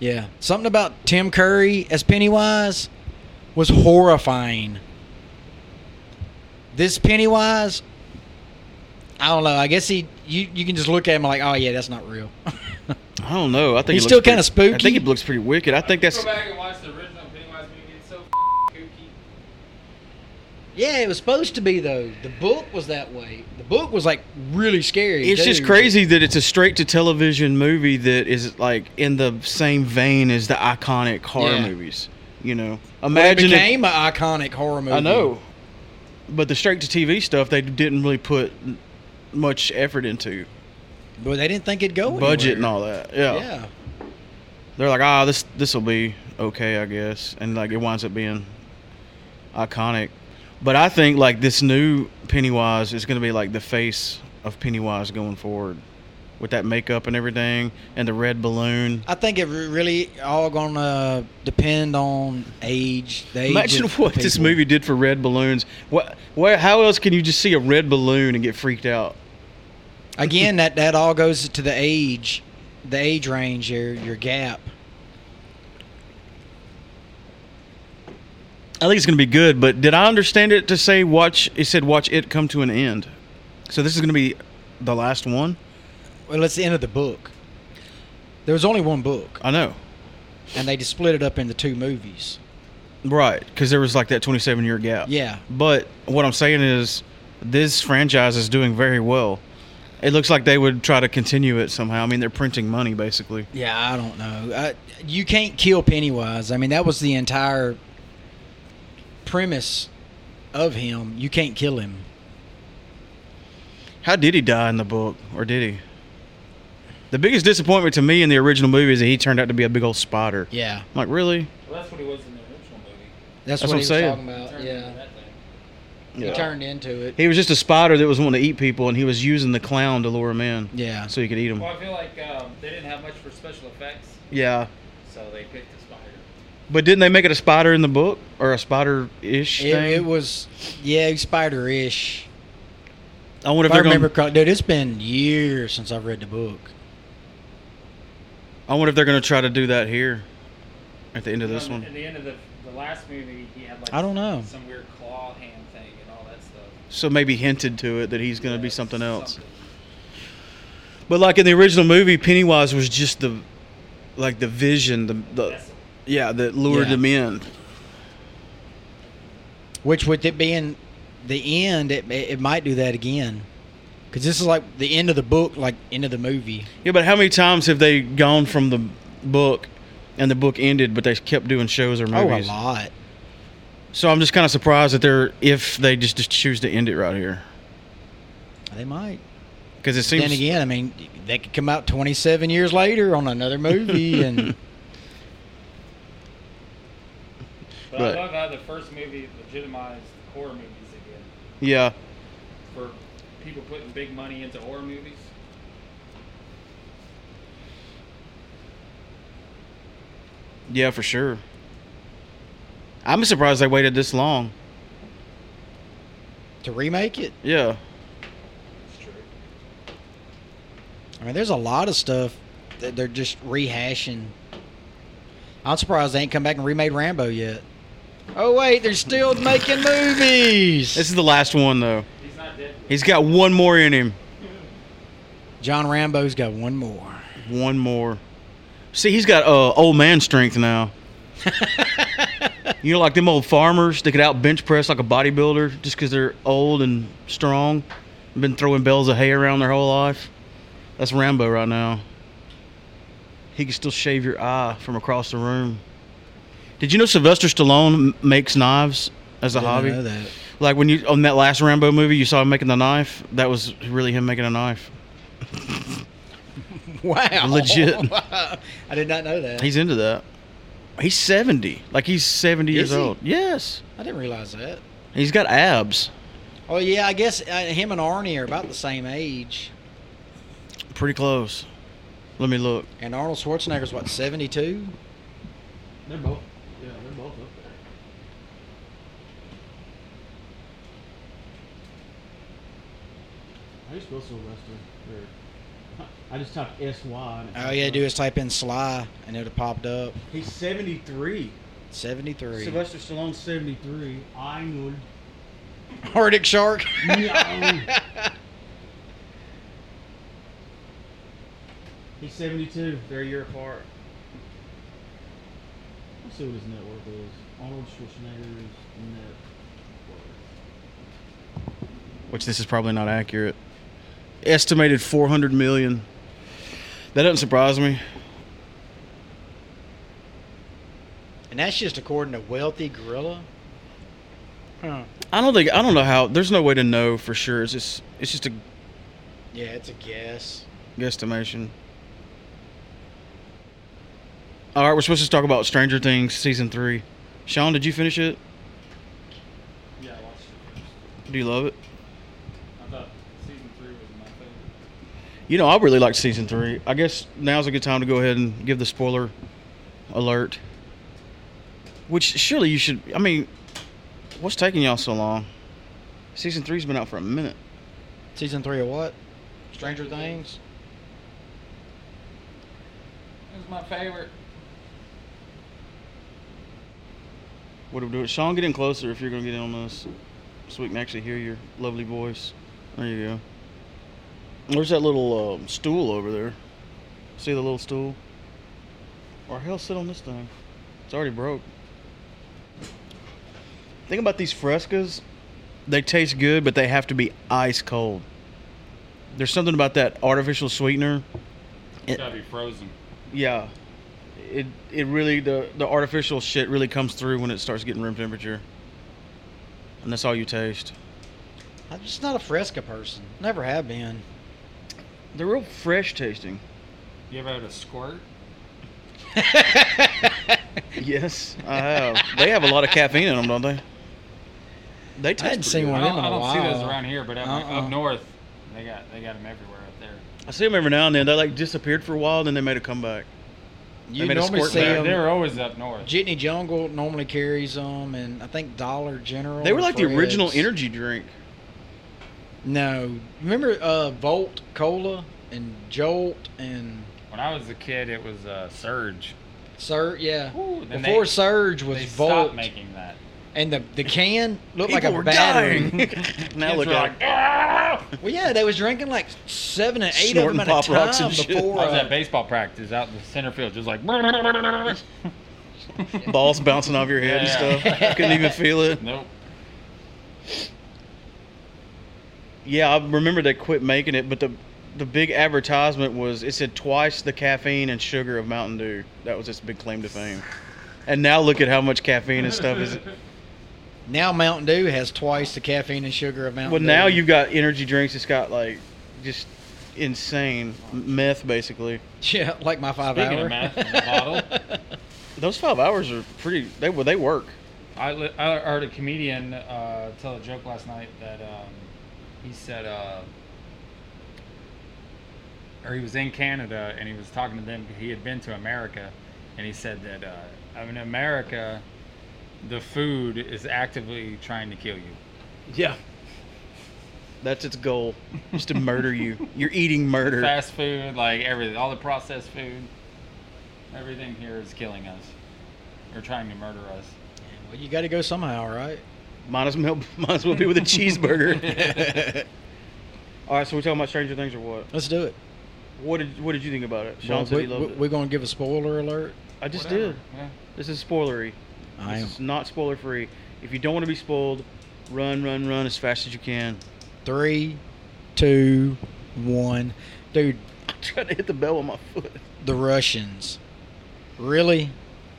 Yeah. Something about Tim Curry as Pennywise was horrifying. This Pennywise, I don't know. I guess he, you, you can just look at him like, oh, yeah, that's not real. <laughs>
I don't know. I think it looks
He's still kinda
pretty- I
spooky.
think it looks pretty wicked. I think that's
Go back and watch the original Pennywise movie. It's so kooky.
yeah, it was supposed to be, though. The book was that way. The book was like really scary.
It's just
too.
crazy that it's a straight to television movie that is like in the same vein as the iconic horror
Yeah.
movies. You know,
Well, it
imagine if-
became an iconic horror movie.
I know, but the straight to TV stuff they didn't really put n- much effort into
But they didn't think it'd go
budget and
anywhere.
all that. Yeah.
Yeah.
they're like, ah, this this will be okay, I guess, and like it winds up being iconic. But I think like this new Pennywise is going to be like the face of Pennywise going forward. with that makeup and everything, and the red balloon.
I think it re- really all gonna depend on age. The age
Imagine
of
what
the
this
people.
movie did for red balloons. What? Where? How else can you just see a red balloon and get freaked out?
Again, that that all goes to the age, the age range, your your gap.
I think it's going to be good, but did I understand it to say watch? It said watch it come to an end. So this is going to be the last one.
Well, it's the end of the book. There was only one book,
I know,
and they just split it up into two movies.
right? Because there was like that twenty-seven year gap.
Yeah,
But what I'm saying is, this franchise is doing very well. It looks like they would try to continue it somehow. I mean, they're printing money basically.
yeah. I don't know. I, you can't kill Pennywise. I mean, that was the entire premise of him. You can't kill him.
How did he die in the book, or did he? The biggest disappointment to me in the original movie is that he turned out to be a big old spider.
Yeah,
I'm like, really?
Well, that's what he was in the original movie.
That's
that's, what,
what I'm
he was
saying.
talking about.
He turned
Uh,
into
Yeah,
that thing.
he turned into it.
He was just a spider that was wanting to eat people, and he was using the clown to lure him in.
Yeah.
So he could eat him.
Well, I feel like um, they didn't have much for special effects,
Yeah.
so they picked the spider.
But didn't they make it a spider in the book or a spider ish
It,
thing?
it was, yeah, spider-ish.
I wonder
If
if,
I
they're
remember,
going.
correct- dude, it's been years since I've read the book.
I wonder if they're going to try to do that here at the end of
You know,
this
in-
one.
In the end of the, the last movie, he had like
I don't know.
some weird claw hand thing and all that stuff.
So maybe hinted to it that he's going to be
Yeah,
something else. But like in the original movie, Pennywise was just the, like the vision, the, the
That's-
yeah, that lured
Yeah.
him in.
Which with it being the end, it it might do that again, because this is like the end of the book, like end of the movie.
Yeah, but how many times have they gone from the book and the book ended, but they kept doing shows or
Oh, a
movies?
lot.
So I'm just kind of surprised that they're if they just, just choose to end it right here
They might.
because it seems
then again, I mean, they could come out 27 years later on
<laughs>
another movie, and
But,
Right.
I love how the first movie legitimized horror movies again
yeah.
for people putting big money into horror movies.
Yeah, for sure. I'm surprised they waited this long.
to remake it.
Yeah.
It's true.
I mean, there's a lot of stuff that they're just rehashing. I'm surprised they ain't come back and remade Rambo yet. Oh wait,
<laughs>
they're still making movies.
This is the last one though.
He's not dead.
He's got one more in him.
John Rambo's got one more.
One more. See, he's got uh, old man strength
<laughs>
now. you know, like them old farmers that could out bench press like a bodybuilder just because they're old and strong. Been throwing bales of hay around their whole life. That's Rambo right now. He can still shave your eye from across the room. Did you know Sylvester Stallone m- makes knives as a
Didn't
hobby?
know that.
Like when you on that last Rambo movie, you saw him making the knife. That was really him making a knife. <laughs>
<laughs> Wow.
Legit.
I did not know that.
He's into that. He's 70. Like he's 70
Is
years
he?
old. Yes.
I didn't realize that.
He's got abs.
Oh yeah, I guess uh, him and Arnie are about the same age,
Pretty close. Let me look.
and Arnold Schwarzenegger's what seventy-two.
They're both. Yeah, they're both up there. How you spell Sylvester? <laughs> I just typed S Y.
All you had to do is type in Sly, and it'd have popped up
He's 73.
seventy-three.
Sylvester Stallone's 73. I know. <laughs>
Arctic Shark.
He's 72. They're a year apart. Let's see what his net worth is. Arnold Schwarzenegger's net Which this is probably not accurate. Estimated 400 million. That doesn't surprise me.
and that's just according to Wealthy Gorilla. Huh.
I don't think I don't know how. There's no way to know for sure. It's just it's just a
Yeah, it's a guess.
guesstimation. All right, we're supposed to talk about Stranger Things season three. Sean, did you finish it?
Yeah, I watched it first.
Do you love it?
I thought season three was my favorite.
You know, I really liked season three. I guess now's a good time to go ahead and give the spoiler alert. Which surely you should. I mean, what's taking y'all so long? Season three's been out for a minute.
Season three of what? Stranger Things.
It was my favorite.
What do we do? Sean, get in closer if you're gonna get in on this, so we can actually hear your lovely voice. There you go. Where's that little um, stool over there? See the little stool? Or hell, sit on this thing. It's already broke. Think about these frescas. They taste good, but they have to be ice cold. There's something about that artificial sweetener.
It's gotta be frozen.
Yeah. It it really the the artificial shit really comes through when it starts getting room temperature. And that's all you taste.
I'm just not a Fresca person. Never have <laughs> been.
They're real fresh tasting.
You ever had a squirt?
Yes, I have. they have a lot of caffeine in them, don't they? They taste.
hadn't
pretty
seen
good.
one.
I
Well, them in
don't, I
a
don't see those
while.
around here, but up,
Uh-uh.
up north, they got they got them everywhere up there.
I see them every now and then. They like disappeared for a while, then they made a comeback.
You
made a
normally
squirt
see
back.
They're,
them.
they're always up north.
Jitney Jungle normally carries them, and I think Dollar General.
They were
or
like the original
Fred's.
energy drink.
No, remember uh, Volt Cola and Jolt and
When I was a kid, it was uh, Surge.
Surge. Yeah,
Ooh, then
before
they-
Surge was
They
Volt,
stopped making that.
and the the can looked
People
like a
were
battery.
dying. <laughs> now
Kids
look
were
at <laughs>
like,
it.
"Ah!"
<laughs> Well, yeah, they was drinking like seven or eight
Snorting
of them
Pop
at a time
Rocks and shit.
before.
I was
uh,
at baseball practice out in the center field, just like. <laughs>
balls bouncing off your head and
Yeah.
stuff. Couldn't even feel <laughs> it.
nope.
Yeah, I remember they quit making it, but the the big advertisement was it said twice the caffeine and sugar of Mountain Dew. That was its big claim to fame. And now look at how much caffeine and stuff is.
now Mountain Dew has twice the caffeine and sugar of Mountain
Well,
Dew.
now you've got energy drinks. It's got like just insane meth, basically.
<laughs> yeah, like my five
Speaking
hour.
of
<laughs>
meth in the bottle,
Those five hours are pretty. They well, they work.
I, li- I heard a comedian uh, tell a joke last night that um, he said, uh, or he was in Canada and he was talking to them. He had been to America, and he said that uh, in America, the food is actively trying to kill you.
Yeah. That's its goal, is to murder you. You're eating murder.
Fast food, like everything, all the processed food, everything here is killing us. They're trying to murder us.
well, you got to go somehow, right?
Might as well, might as well be with a cheeseburger. All right, so we're talking about Stranger Things or what?
Let's do it.
What did What did you think about it? Sean
Well,
said
we,
he loved it.
are gonna give a spoiler alert.
I just
Whatever.
did.
Yeah.
This is spoilery.
I am
This is not spoiler free. If you don't want to be spoiled, run, run, run as fast as you can. <laughs>
three, two, one. Dude,
I'm trying to hit the bell with my foot.
the Russians. Really?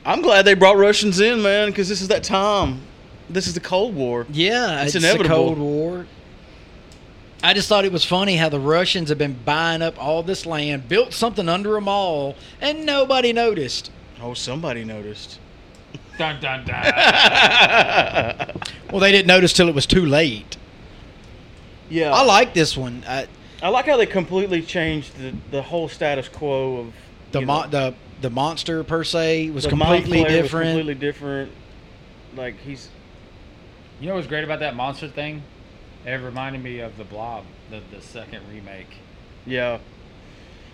I'm glad they brought Russians in, man, because this is that time. This is the Cold War.
Yeah,
It's
it's,
inevitable.
the Cold War. I just thought it was funny how the Russians have been buying up all this land, built something under them all, and nobody noticed.
Oh, somebody noticed.
Dun dun <laughs> dun.
Well, they didn't notice till it was too late.
<laughs> Yeah,
I like this one. Uh, I,
I like how they completely changed the, the whole status quo of
the
you know,
mo- the the monster per se was
the mind
completely
flayer was
different.
completely different. Like he's
You know what's great about that monster thing? It reminded me of the Blob, the, the second remake.
yeah.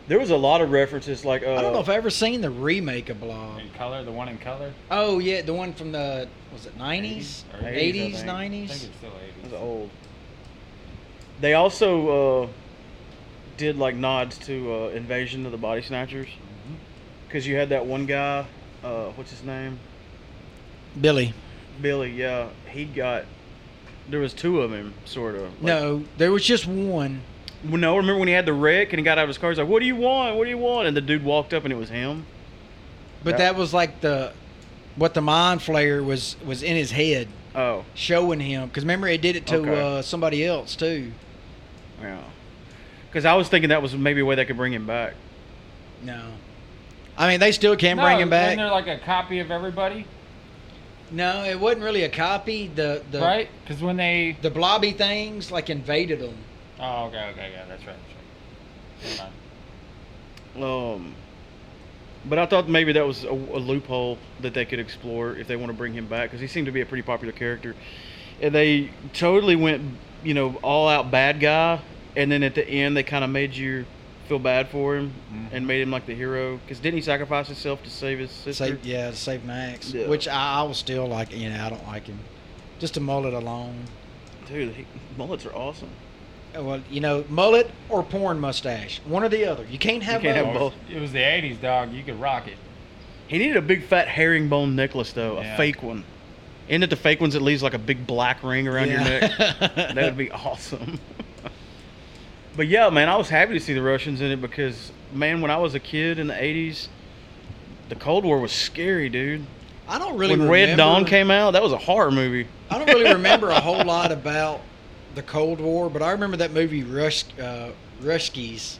There was a lot of references like uh,
I don't know if I've ever seen the remake of Blob.
In color, the one in color.
Oh yeah, the one from the was it nineties,
Or 80s,
I
eighties,
think.
I think
nineties?
it's still
It was
80s.
old. They also uh, did like nods to uh, Invasion of the Body Snatchers
Mm-hmm.
because you had that one guy, uh, what's his name,
Billy.
Billy. Yeah, he got. There was two of him, sort of. Like,
no, there was just one.
well, no. Remember when he had the wreck and he got out of his car? He's like, "What do you want? What do you want?" And the dude walked up and it was him.
But
That-
that, was like the what the mind flayer was was in his head
Oh,
showing him because remember it did it to
Okay.
uh, somebody else too.
yeah. Because I was thinking that was maybe a way they could bring him back.
No, I mean they still can't bring him
Isn't there
back.
like a copy of everybody?
No, it wasn't really a copy. The the
right? Because when they.
the blobby things like invaded them.
Oh, okay, okay, yeah, that's right. That's right. Never mind.
Um, but I thought maybe that was a, a loophole that they could explore if they want to bring him back because he seemed to be a pretty popular character. And they totally went, you know, all out bad guy, and then at the end they kind of made you feel bad for him
Mm-hmm.
and made him like the hero because didn't he sacrifice himself to save his sister?
Save, yeah, to save Max,
Yeah.
which I, I was still like, you know, I don't like him. Just a mullet alone.
Dude, he, mullets are awesome.
Uh, Well, you know, mullet or porn mustache, one or the other. You can't have
can't have
both.
both. Well-
it was the '80s, dog. You could rock it.
He needed a big fat herringbone necklace though,
Yeah.
a fake one. Isn't it the fake ones that leaves like a big black ring around your
Yeah. <laughs>
neck? <laughs> that would be awesome. <laughs> but yeah, man, I was happy to see the Russians in it because man, when I was a kid in the '80s, the Cold War was scary, dude.
I don't really
when
remember,
Red Dawn came out, that was a horror movie.
I don't really remember a whole lot about the Cold War, but I remember that movie Rush uh, Ruskies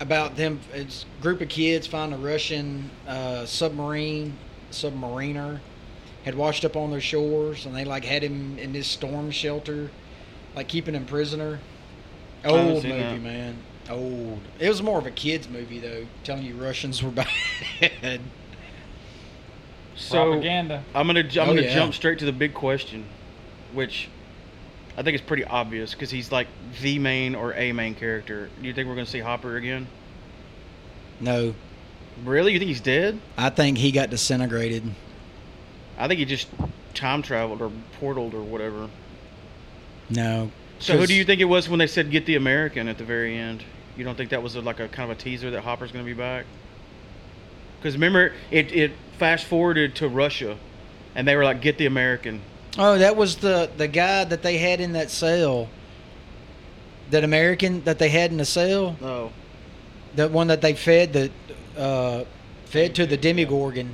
about them. It's a group of kids find a Russian uh, submarine submariner had washed up on their shores, and they like had him in this storm shelter, like keeping him prisoner.
haven't
Old
seen
movie,
that.
man. Old. It was more of a kids movie though. Telling you Russians were <laughs> bad.
So
Propaganda.
I'm gonna j- I'm
Oh,
gonna
yeah.
jump straight to the big question, which I think is pretty obvious because he's like the main or a main character. Do you think we're gonna see Hopper again?
no,
Really? You think he's dead?
I think he got disintegrated.
I think he just time traveled or portaled or whatever.
No.
So who
'cause
do you think it was when they said get the American at the very end? You don't think that was a, like a kind of a teaser that Hopper's going to be back? Because remember, it it fast forwarded to Russia, and they were like get the American.
Oh, that was the the guy that they had in that cell. That American that they had in the cell,
Oh,
that one that they fed the uh, fed to the demigorgon.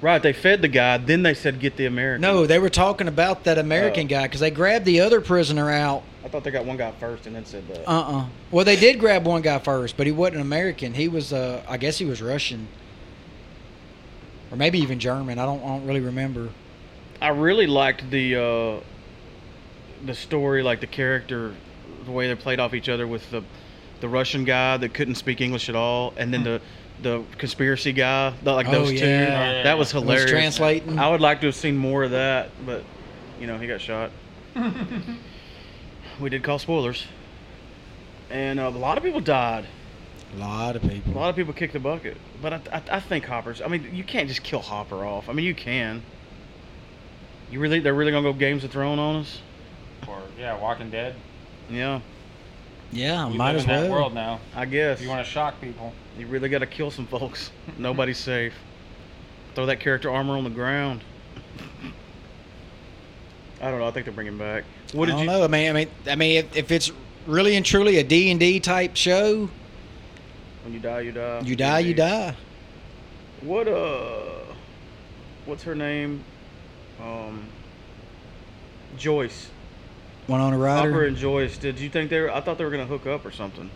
right. They fed the guy, then they said get the American.
No, they were talking about that American
Oh.
guy because they grabbed the other prisoner out.
I thought they got one guy first and then said that.
Uh uh Well, they did grab one guy first, but he wasn't American. He was, uh, I guess, he was Russian, or maybe even German. I don't, I don't really remember.
I really liked the uh, the story, like the character, the way they played off each other with the the Russian guy that couldn't speak English at all, and then the the conspiracy guy, the, like
Hmm. Oh,
those two.
yeah.
That was
It was
hilarious.
translating.
I would like to have seen more of that, but you know he got shot. we did call spoilers, and uh, a lot of people died.
A lot of
A
people.
lot of people kicked the bucket, but I, I, I think Hopper's. I mean, you can't just kill Hopper off. I mean, you can. You really? They're really gonna go Games of Thrones on us?
Or yeah, Walking Dead.
Yeah,
Yeah,
We
might
live
as
in that
well.
world now.
I guess.
If you want to shock people,
You really gotta kill some folks. <laughs> Nobody's safe. Throw that character armor on the ground. <laughs> I don't know. I think they're bringing back. What did
I don't
you?
know. I mean, I mean, I mean, if, if it's really and truly a D and D type show,
When you die, you die.
you die, you die.
What uh? What's her name? Um. Joyce.
One on a
Hopper
rider,
and Joyce. Did you think they were? I thought they were gonna hook up or something.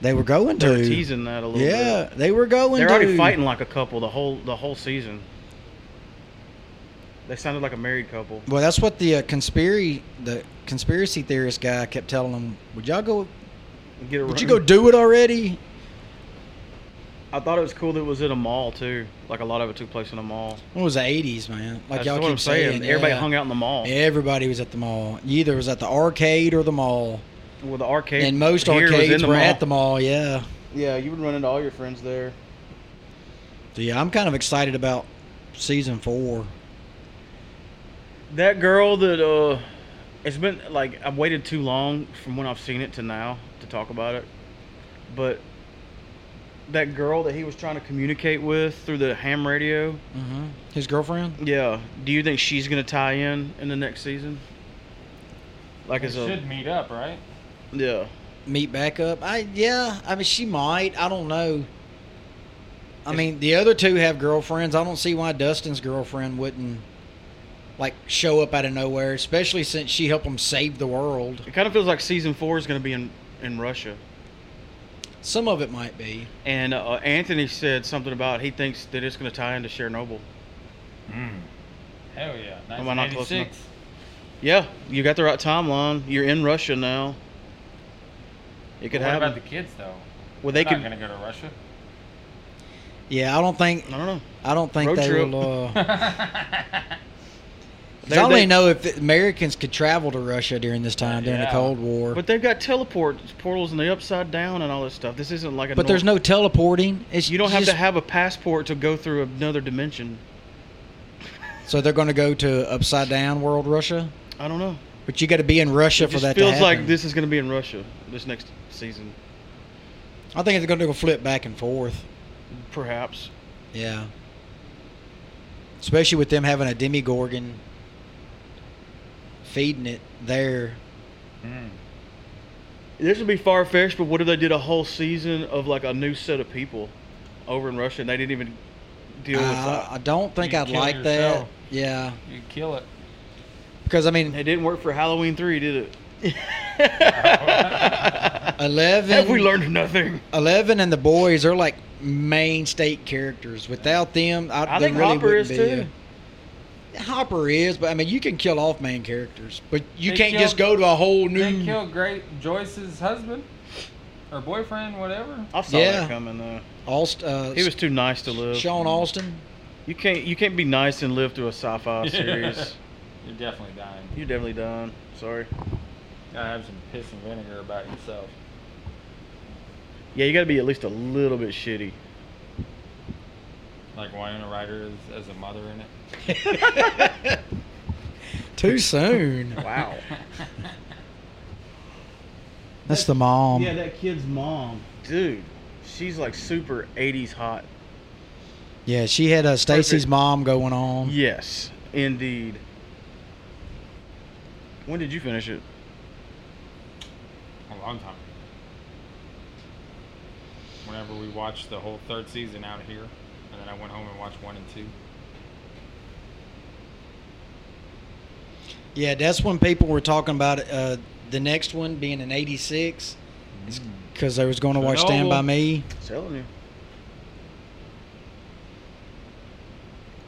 they were going
They're
to.
teasing that a little
Yeah,
bit.
they were going.
They're already
to.
fighting like a couple the whole the whole season. They sounded like a married couple.
Well, that's what the uh, conspiracy the conspiracy theorist guy kept telling them. Would y'all go?
Get a
Would you go
room.
do it already?
I thought it was cool that it was at a mall too. Like a lot of it took place in a mall.
When was the eighties, man? Like
That's
y'all
what
keep
I'm saying. Everybody hung out in the mall.
Everybody was at the mall. You Either was at the arcade or the mall,
Well, the arcade
and most
here was in
arcades
the
were
mall.
at the mall. Yeah.
Yeah, you would run into all your friends there.
So, yeah, I'm kind of excited about season four.
That girl that uh, it's been like I've waited too long from when I've seen it to now to talk about it, but that girl that he was trying to communicate with through the ham radio.
Mm-hmm. His girlfriend.
Yeah. Do you think she's gonna tie in in the next season? Like
they
as a
should meet up, right?
yeah.
meet back up. I yeah, I mean she might. I don't know. I mean the other two have girlfriends. I don't see why Dustin's girlfriend wouldn't like show up out of nowhere, especially since she helped him save the world.
It kind of feels like season four is gonna be in in Russia.
Some of it might be.
And uh, Anthony said something about he thinks that it's gonna tie into Chernobyl.
Mm. Hell yeah.
Am I not close
1986.
Yeah, you got the right timeline. You're in Russia now. It could
what
happen.
about the kids though?
well, they
They're
could.
not gonna go to Russia.
Yeah, I don't think
I don't know.
I don't think
Road
they
trip. <laughs>
will. Uh, 'cause
They-
I only
they-
know if Americans could travel to Russia during this time during the
Yeah.
Cold War.
But they've got teleport portals and the upside down and all this stuff. This isn't like a.
But there's
norm-
no teleporting. It's
You don't have to
just-
have a passport to go through another dimension.
So they're going to go to upside down world Russia,
I don't know.
but you got to be in Russia
It
for
just
that. to
feels like
happen.
this is going to be in Russia this next season,
I think it's going to go flip back and forth.
perhaps.
Yeah. Especially with them having a demigorgon feeding it there.
Mm.
This would be far fetched, but what if they did a whole season of like a new set of people over in Russia and they didn't even deal with uh,
I, I
that?
don't think
You
I'd
kill
like
yourself.
that. Yeah,
You kill it.
because I
It
mean,
didn't work for Halloween three, did
<laughs>
it?
eleven.
Have we learned nothing?
Eleven and the boys are like main state characters. Without them, I,
I
there
think
really
Hopper is
wouldn't be
too.
a- Hopper is, but I mean, you can kill off main characters, but you
They
can't just go
killed-
to a whole
They
new.
killed Great Joyce's husband or boyfriend, whatever.
I saw
Yeah.
that coming. Though.
Alst, uh,
He was too nice to live.
Sean Austin.
You can't you can't be nice and live through a sci-fi <laughs> series.
You're definitely dying.
You're definitely done. Sorry.
Gotta have some piss and vinegar about yourself.
Yeah, you got to be at least a little bit shitty.
Like Winona Ryder as, as a mother in it.
<laughs>
Too soon.
<laughs> Wow.
<laughs>
That's the mom.
yeah, that kid's mom, dude. She's like super 80s hot.
Yeah, she had uh, Stacy's
Perfect.
mom going on.
Yes, indeed. When did you finish it?
A long time. Whenever we watched the whole third season out here, and then I went home and watched one and two.
Yeah, that's when people were talking about uh, the next one being in '86
Mm.
because they was going to watch Stand by
Chernobyl.
Me.
telling you.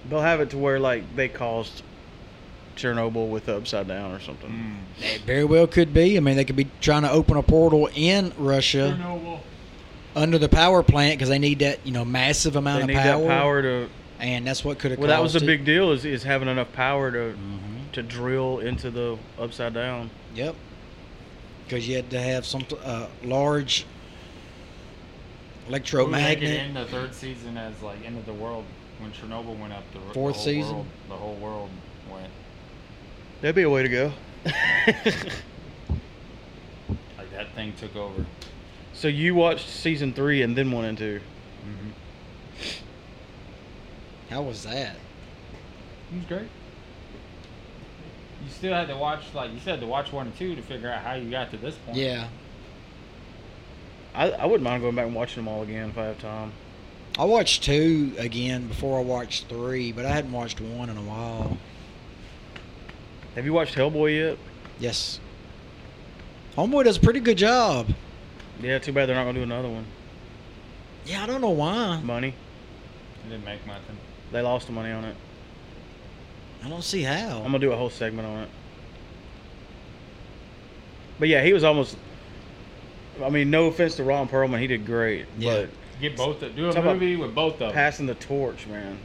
They'll have it to where like they caused Chernobyl with the upside down or something.
Mm.
It very well could be. I mean, they could be trying to open a portal in Russia under the power plant because they need that you know massive amount
They
of
need
power,
that power to.
and that's what could have.
Well, that was
caused
the
it.
big deal is, is having enough power to
Mm-hmm.
to drill into the upside down.
Yep. Because you had to have some uh, large
We were making it
electromagnet.
in the third season as like end of the world when Chernobyl went up. The the
Fourth
whole
season?
world- the whole world went.
That'd be a way to go.
Like that thing took over.
<laughs> so you watched season three and then one and two.
Mm-hmm.
How was that?
It was great. You still had to watch like you still had to watch one and two to figure out how you got to this point.
Yeah,
I, I wouldn't mind going back and watching them all again if I have time.
I watched two again before I watched three, but I hadn't watched one in a while.
Have you watched Hellboy yet?
Yes. Homeboy does a pretty good job.
Yeah, too bad they're not gonna do another one.
Yeah, I don't know why.
Money.
It didn't make nothing.
They lost the money on it.
I don't see
I'm
how.
gonna do a whole segment on it. But yeah, he was almost. I mean, no offense to Ron Perlman, he did great.
Yeah.
Get both of do a
Talk about
movie with both of
But
them.
passing the torch, man,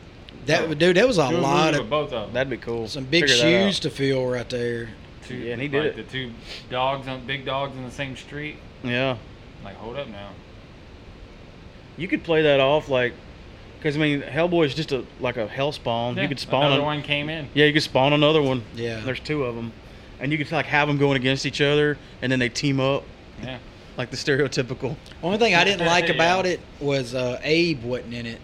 That would- dude, that was a
Do a
lot
movie
of
with both of them.
that'd be cool.
some big
Figure that
shoes to fill right there.
two,
Yeah, and he
like
did
The two dogs on big dogs on the same street.
out. Yeah,
Like hold up now.
you could play that off like, because I mean, Hellboy is just a like a hell spawn.
Yeah,
you could spawn
another
an-
one came in.
Yeah, you could spawn another one.
Yeah.
there's two of them, and you could like have them going against each other, and then they team up
Yeah.
like the stereotypical.
Only thing
<laughs>
I didn't like
Yeah.
about it was uh, Abe wasn't in it.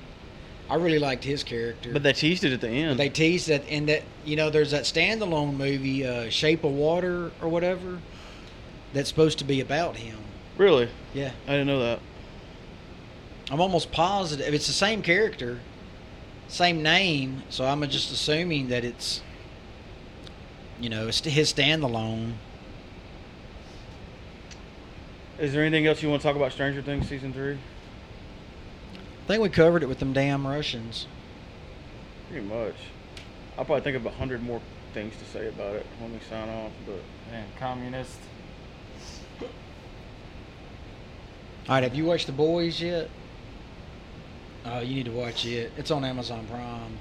I really liked his character.
But they teased it at the end.
they teased that in that you know there's that standalone movie uh, Shape of Water or whatever that's supposed to be about him.
really,
Yeah,
I didn't know that.
I'm almost positive it's the same character, same name. So I'm just assuming that it's you know it's his standalone.
Is there anything else you want to talk about Stranger Things season three?
I think we covered it with them damn Russians.
Pretty much. I'll probably think of a hundred more things to say about it when we sign off, but
Man, communist.
All right, have you watched The Boys yet? Oh, you need to watch it. It's on Amazon Prime.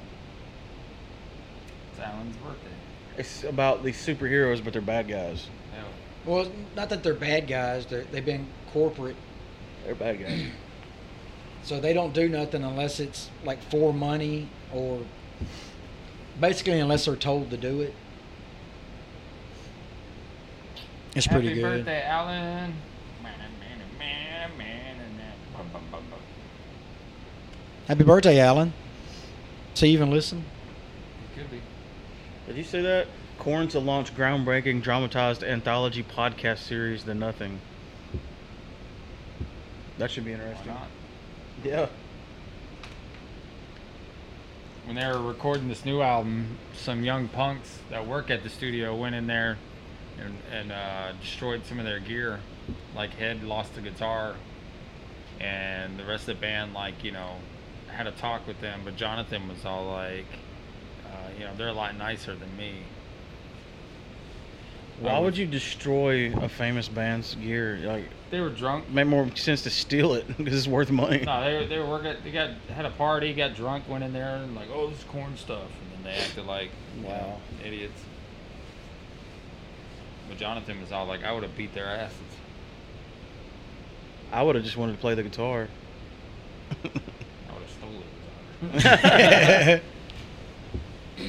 It's Alan's birthday.
It's about these superheroes, but they're bad guys.
Hell,
Well, not that they're bad guys. They're, they've been corporate,
They're bad guys.
so they don't do nothing unless it's like for money or basically unless they're told to do it. It's pretty
Happy
good.
birthday, Alan. Man, man, man, man, man. Bum, bum, bum, bum.
Happy birthday, Alan. Does he even
<laughs>
listen?
It could be.
Did you see that? Corn to launch groundbreaking dramatized anthology podcast series, The Nothing. That should be
Why
interesting.
not?
Yeah.
When they were recording this new album, some young punks that work at the studio went in there and, and uh, destroyed some of their gear. Like Head lost a guitar, and the rest of the band, like you know, had a talk with them. But Jonathan was all like, uh, you know, they're a lot nicer than me.
Why would you destroy a famous band's gear? Like,
They were drunk.
it made more sense to steal it <laughs> because it's worth money.
No, they were, they were working. They got had a party, got drunk, went in there and like, oh, this is corn stuff, and then they acted like, you
Wow.
know, idiots. But Jonathan was all like, I would have beat their asses.
I would have just wanted to play the
<laughs>
guitar.
I would have stolen it.
<laughs>
It's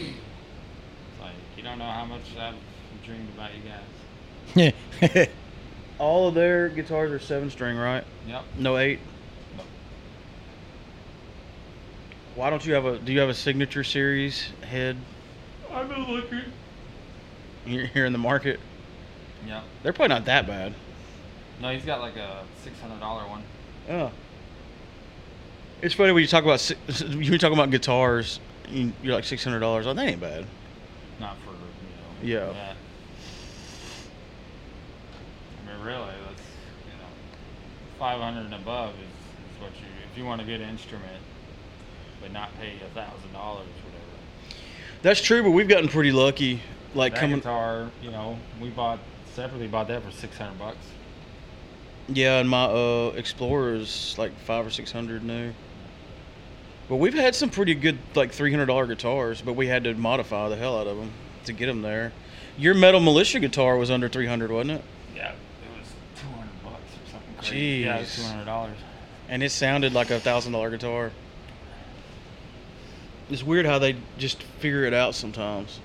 like you don't know how much I've dreamed about you guys.
All of their guitars are seven string, right?
Yep.
No eight.
No.
Why don't you have a? Do you have a signature series head?
I've been looking.
You're here in the market.
Yep.
They're probably not that bad.
No, he's got like a six hundred dollar one.
Yeah. It's funny when you talk about si- you talk about guitars. you- You're like six hundred dollars. Oh, that ain't bad.
Not for you
Yeah.
know. that. I mean, really, that's you know, five hundred and above is, is what you if you want a good instrument, but not pay a thousand dollars, whatever.
That's true, but we've gotten pretty lucky. Like
that
coming,
guitar, you know, we bought separately bought that for six hundred bucks.
yeah, and my uh, Explorer is like five or six hundred new. But we've had some pretty good like three hundred dollar guitars, but we had to modify the hell out of them to get them there. Your Metal Militia guitar was under three hundred, wasn't it?
Yeah, it was two hundred bucks or something crazy. Yeah, it was
Jeez.
two hundred dollars.
And it sounded like a thousand dollar guitar. It's weird how they just figure it out sometimes.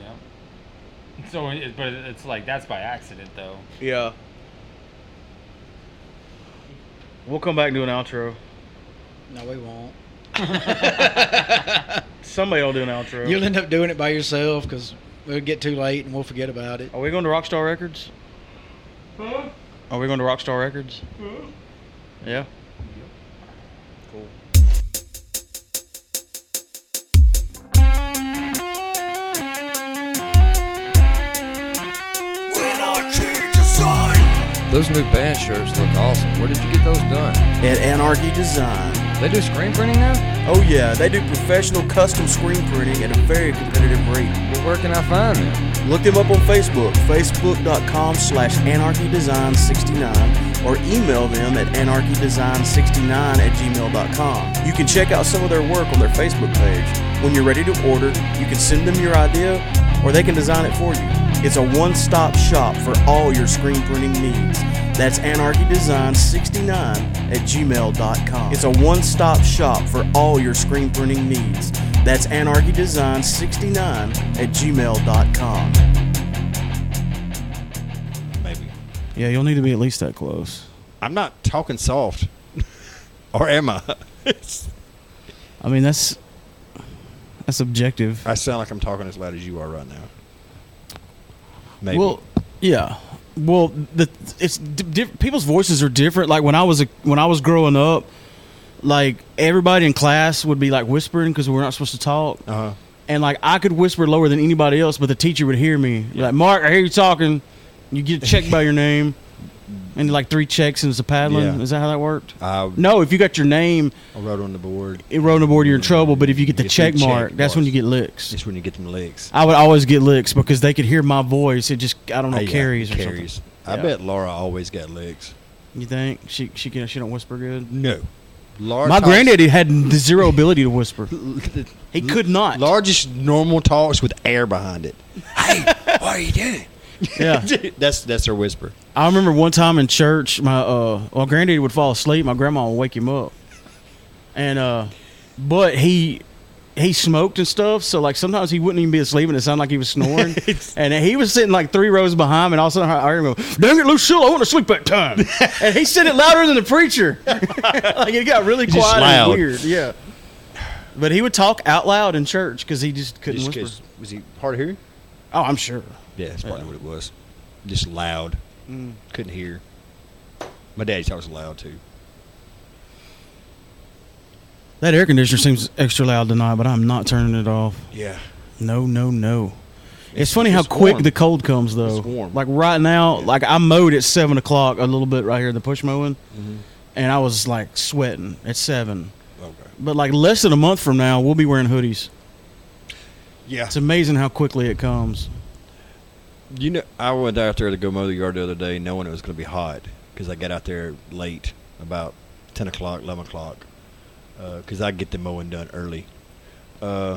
Yeah. So, it, but it's like that's by accident though.
Yeah. We'll come back and do an outro.
no, we won't.
Somebody will do an outro.
You'll end up doing it by yourself because it'll get too late and we'll forget about it.
Are we going to Rockstar Records? Are we going to Rockstar Records? Yeah. Cool.
Those new band shirts look awesome. Where did you get those done?
At Anarchy Design.
They do screen printing now?
Oh, yeah, they do professional custom screen printing at a very competitive rate.
Well, where can I find them?
Look them up on Facebook, facebook.com slash anarchydesign69, or email them at anarchydesign69 at gmail.com. You can check out some of their work on their Facebook page. When you're ready to order, you can send them your idea, or they can design it for you. It's a one stop shop for all your screen printing needs. That's anarchydesign69 at gmail.com. It's a one stop shop for all your screen printing needs. That's anarchydesign69 at gmail.com.
Maybe.
Yeah, you'll need to be at least that close.
I'm not talking soft. <laughs> or am I? <laughs> It's-
I mean, that's that's objective.
I sound like I'm talking as loud as you are right now. Maybe.
Well, yeah. Well, the it's di- diff- people's voices are different. Like when I was a, when I was growing up, like everybody in class would be like whispering because we're not supposed to talk,
uh-huh.
and like I could whisper lower than anybody else, but the teacher would hear me. Be Like Mark, I hear you talking. You get checked by your name, and like three checks and it's a paddling.
Yeah.
Is that how that worked?
I,
No, if you got your name
I wrote on the board.
wrote aboard, you're in trouble. But if you get the
If you
check
check,
mark, that's when
boss.
you get licks.
Just when you get them legs.
I would always get licks because they could hear my voice. It just I don't know
Hey, yeah,
Oh, carries or something.
carries. I
Yeah.
bet Laura always got legs.
You think she she can she don't whisper good?
No. Laura
My
talks-
granddaddy had zero ability to whisper. he could not.
Largest normal talks with air behind it. Hey, what are you doing?
<laughs>
Yeah.
<laughs> that's that's her whisper.
I remember one time in church, my uh, well, granddaddy would fall asleep. My grandma would wake him up, and uh, but he he smoked and stuff. So like sometimes he wouldn't even be asleep, and it sounded like he was snoring. and he was sitting like three rows behind, me, and all of a sudden I heard him go, "Dang it, Lucille, I want to sleep that time." and he said it louder than the preacher. like it got really
Just
quiet
loud.
and weird. Yeah. But he would talk out loud in church because he just couldn't
Just
whisper.
'cause- was he hard of hearing?
Oh, I'm sure.
Yeah, that's probably what it was. Just loud.
Mm.
Couldn't hear. My daddy talks loud too.
That air conditioner seems extra loud tonight, but I'm not turning it off.
Yeah.
No, no, no. It's,
It's-
funny how
it's
quick
warm.
the cold comes though.
It's warm.
Like right now, like I mowed at seven o'clock a little bit right here, the push mowing, and I was like sweating at seven.
Okay.
But like less than a month from now, we'll be wearing hoodies.
Yeah.
It's amazing how quickly it comes.
You know, I went out there to go mow the yard the other day, knowing it was going to be hot because I got out there late, about ten o'clock, eleven o'clock, because I get the mowing done early. Uh,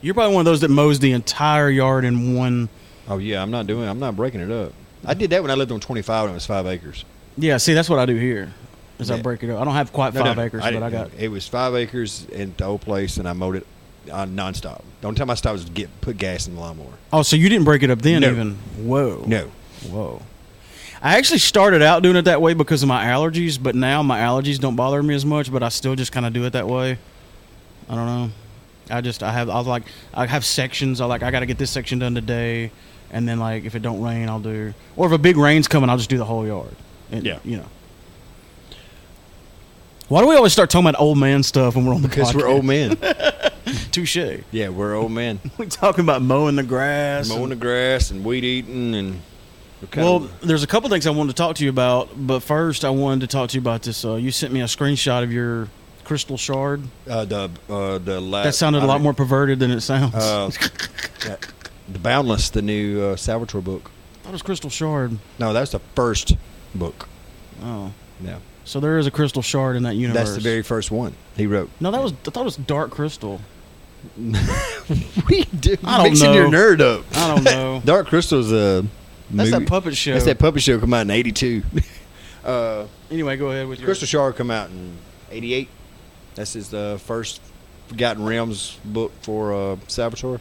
You're probably one of those that mows the entire yard in one.
oh yeah, I'm not doing, I'm not breaking it up. I did that when I lived on 25 and it was five acres.
Yeah, see, that's what I do here. Is I
Yeah.
break it up. I don't have quite
No, no,
five acres, but
didn't
I
do
got.
it. it was five acres in the old place, and I mowed it uh, nonstop. The only time I stopped was to get put gas in the lawnmower.
Oh, so you didn't break it up then,
No.
even? Whoa.
No,
Whoa. I actually started out doing it that way because of my allergies, but now my allergies don't bother me as much, but I still just kind of do it that way. I don't know. I just I have I like I have sections. I like I got to get this section done today and then like if it don't rain, I'll do or if a big rain's coming, I'll just do the whole yard. And,
Yeah.
you know. Why do we always start talking about old man stuff when we're on the
because
podcast?
we're
<laughs>
old men.
Touche.
yeah, we're old
<laughs>
men.
We're talking about mowing the grass. and-
Mowing the grass and weed eating and. we're kinda-
Well, there's a couple things I wanted to talk to you about, but first I wanted to talk to you about this. Uh, you sent me a screenshot of your crystal shard.
Uh, the uh, the la-
That sounded a
I
lot
mean,
more perverted than it sounds. <laughs>
Uh, yeah, the Boundless, the new uh, Salvatore book.
that was crystal shard.
No, that's the first book.
Oh,
No,
so there is a crystal shard in that universe.
that's the very first one
<laughs>
he wrote.
No, that was I thought it was dark crystal.
We do
I don't
mixing your
know.
nerd up.
I don't know.
<laughs> Dark Crystal's a
That's
movie.
that puppet show.
That's that puppet show come out in '82. <laughs> uh,
anyway, go ahead with your
Crystal Shard come out in '88. That's his uh, first Forgotten Realms book for uh, Salvatore.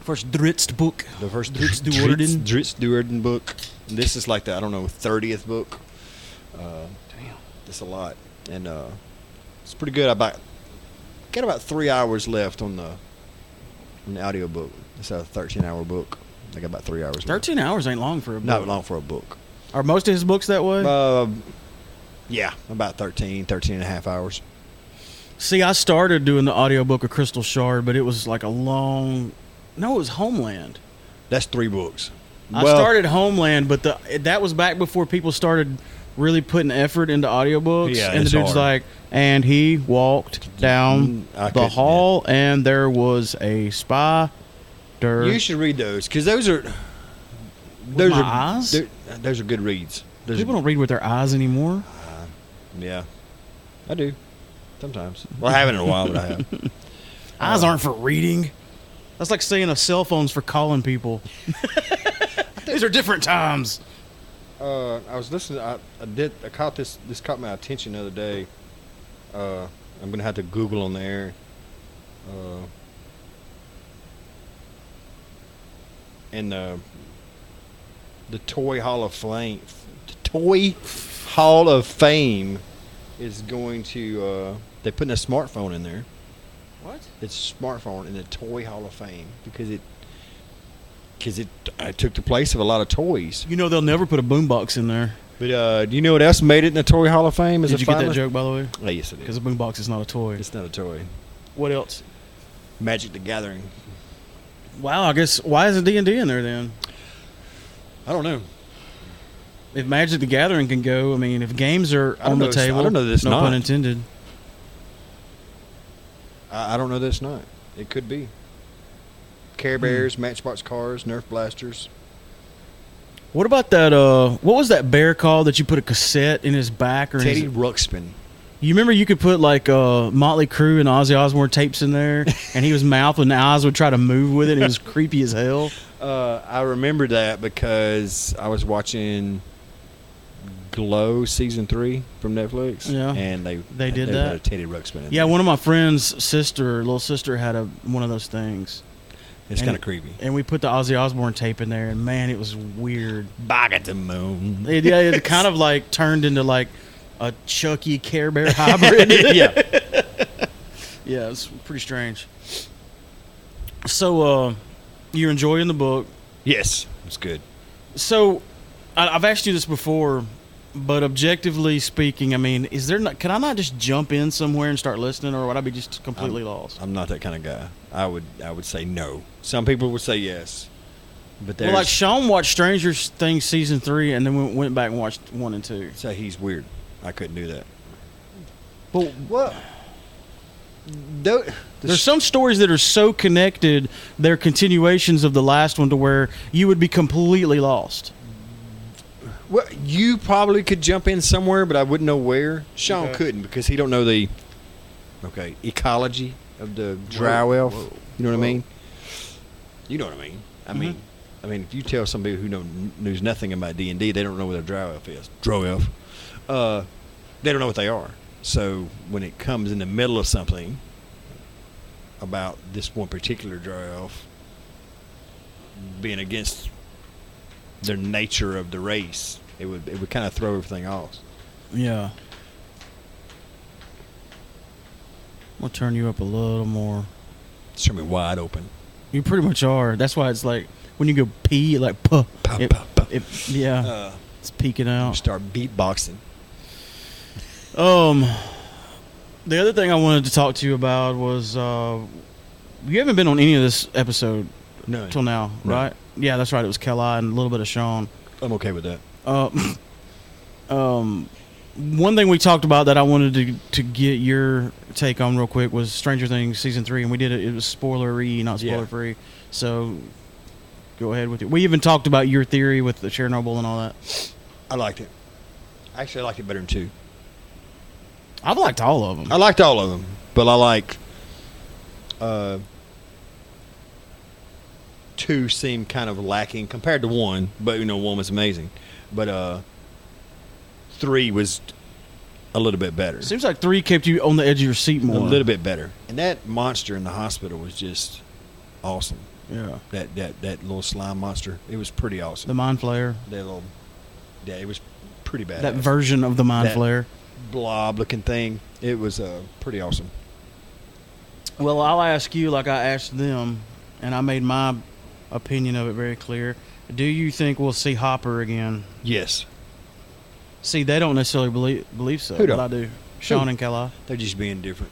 first Dritz book.
The
<gasps>
first
Dritz
Dritz
Duerden.
Dritz Duerden book. And this is like the I don't know thirtieth book. Uh,
Damn.
it's a lot, and uh, it's pretty good. I about got about three hours left on the on the audio book. It's a thirteen hour book. I got about three hours. left.
Thirteen hours ain't long for a book.
Not long for a book.
Are most of his books that way?
Uh, yeah, about 13, 13 and a half hours.
See, I started doing the audiobook of Crystal Shard, but it was like a long. No, it was Homeland.
That's three books.
I
Well,
started Homeland, but the that was back before people started really putting effort into audiobooks.
Yeah,
and the
it's
dude's
hard. Mm,
like, and he walked down
I
the
couldn't,
hall, and there was a spider.
You should read those because those are those
my
are
eyes?
they're- those are good reads. Those
People
are-
don't read with their eyes anymore.
Yeah, I do. Sometimes. Well, I haven't in a while, but I have.
eyes
Oh.
aren't for reading. That's like saying a cell phone's for calling
<laughs>
people. <laughs> These are different times.
Uh, I was listening. I, I did. I caught this. This caught my attention the other day. Uh, I'm gonna have to Google on the air. Uh, in the uh, the Toy Hall of Fame, the Toy Hall of Fame is going to. Uh, they're putting a smartphone in there.
What?
It's a smartphone in the Toy Hall of Fame because it because it, it took the place of a lot of toys.
You know they'll never put a boombox in there.
But uh, do you know what else made it in the Toy Hall of Fame? Is
Did
a
you get that
finalist?
joke by the way?
Oh, yes, it
Because
is.
a boombox is not a toy.
It's not a toy.
What else?
Magic the Gathering.
Wow, I guess why is D and D in there then?
I don't know.
If Magic the Gathering can go, I mean, if games are
I don't
on the
know this- I
table,
don't know this
no
not.
pun intended.
I, I don't know that it's not. It could
Hmm.
be. Care Bears, Matchbox Cars, Nerf Blasters.
What about that? Uh, what was that bear called that you put a cassette in his back or in his-
Teddy Ruxpin.
You remember you could put like uh, Motley Crue and Ozzy Osbourne tapes in there, and he was mouth and the eyes would try to move with it. And it was <laughs> creepy as hell.
Uh, I remember that because I was watching Glow season three from Netflix.
Yeah.
and they
They did
put
that?
a Teddy Ruxpin. In
Yeah,
there.
one of my friends' sister, little sister, had a one of those things.
It's
And-
kinda creepy.
And we put the Ozzy Osbourne tape in there, and man, it was weird.
Bog at the moon.
It, yeah, it kind of <laughs> like turned into like a Chucky Care
<laughs>
Bear hybrid.
<laughs> Yeah.
yeah, it's pretty strange. So, uh, you're enjoying the book.
Yes, it's good.
So, I, I've asked you this before, but objectively speaking, I mean, is there not? Can I not just jump in somewhere and start listening, or would I be just completely lost?
I'm not that kind of guy. I would I would say no. Some people would say yes, but there's
Well, like Sean watched Stranger Things season three, and then we went back and watched one and two.
say he's weird. I couldn't do that.
But
what? Though,
There's some stories that are so connected, they're continuations of the last one to where you would be completely lost.
Well, you probably could jump in somewhere, but I wouldn't know where. Sean
Okay.
couldn't because he don't know the okay ecology of the drow elf.
whoa,
you know what
whoa.
I mean? You know what I mean? I
Mhm.
mean, I mean, if you tell somebody who know, knows nothing about D and D, they don't know what a drow elf is. Drow elf. Uh, they don't know what they are. So when it comes in the middle of something about this one particular drow elf being against their nature of the race, it would it would kind of throw everything off.
Yeah. I'll turn you up a little more.
It's turn me wide open.
You pretty much are. That's why it's like when you go pee, it like puh.
Puh,
It-
puh, puh.
it- yeah,
Uh,
it's peeking out.
start beatboxing.
Um, the other thing I wanted to talk to you about was uh, you haven't been on any of this episode
No,
till now,
No.
right? Yeah, that's right. It was Kelly and a little bit of Sean.
I'm okay with that.
Uh, <laughs> um, one thing we talked about that I wanted to to get your take on real quick was Stranger Things season three, and we did it. It was spoilery, not
Yeah.
spoiler free. So go ahead with it. We even talked about your theory with the Chernobyl and all that.
I liked it. Actually, I liked it better than two.
I've liked all
Mm.
of them.
I liked all of them, but I like uh, two seemed kind of lacking compared to one. But you know, one was amazing, but uh, three was a little bit better,
Seems like three kept you on the edge of your seat
a
more.
little bit better. And that monster in the hospital was just awesome.
Yeah.
That that that little slime monster, it was pretty awesome.
The mind flayer.
that little, yeah, it was pretty bad.
That version of the mind
That-
flayer.
blob looking thing, it was uh, pretty awesome.
Well, I'll ask you like I asked them, and I made my opinion of it very clear. Do you think we'll see Hopper again?
Yes,
See, they don't necessarily believe believe so,
Who
but
don't?
I do. Sean
Who?
and Kala.
they're just being different.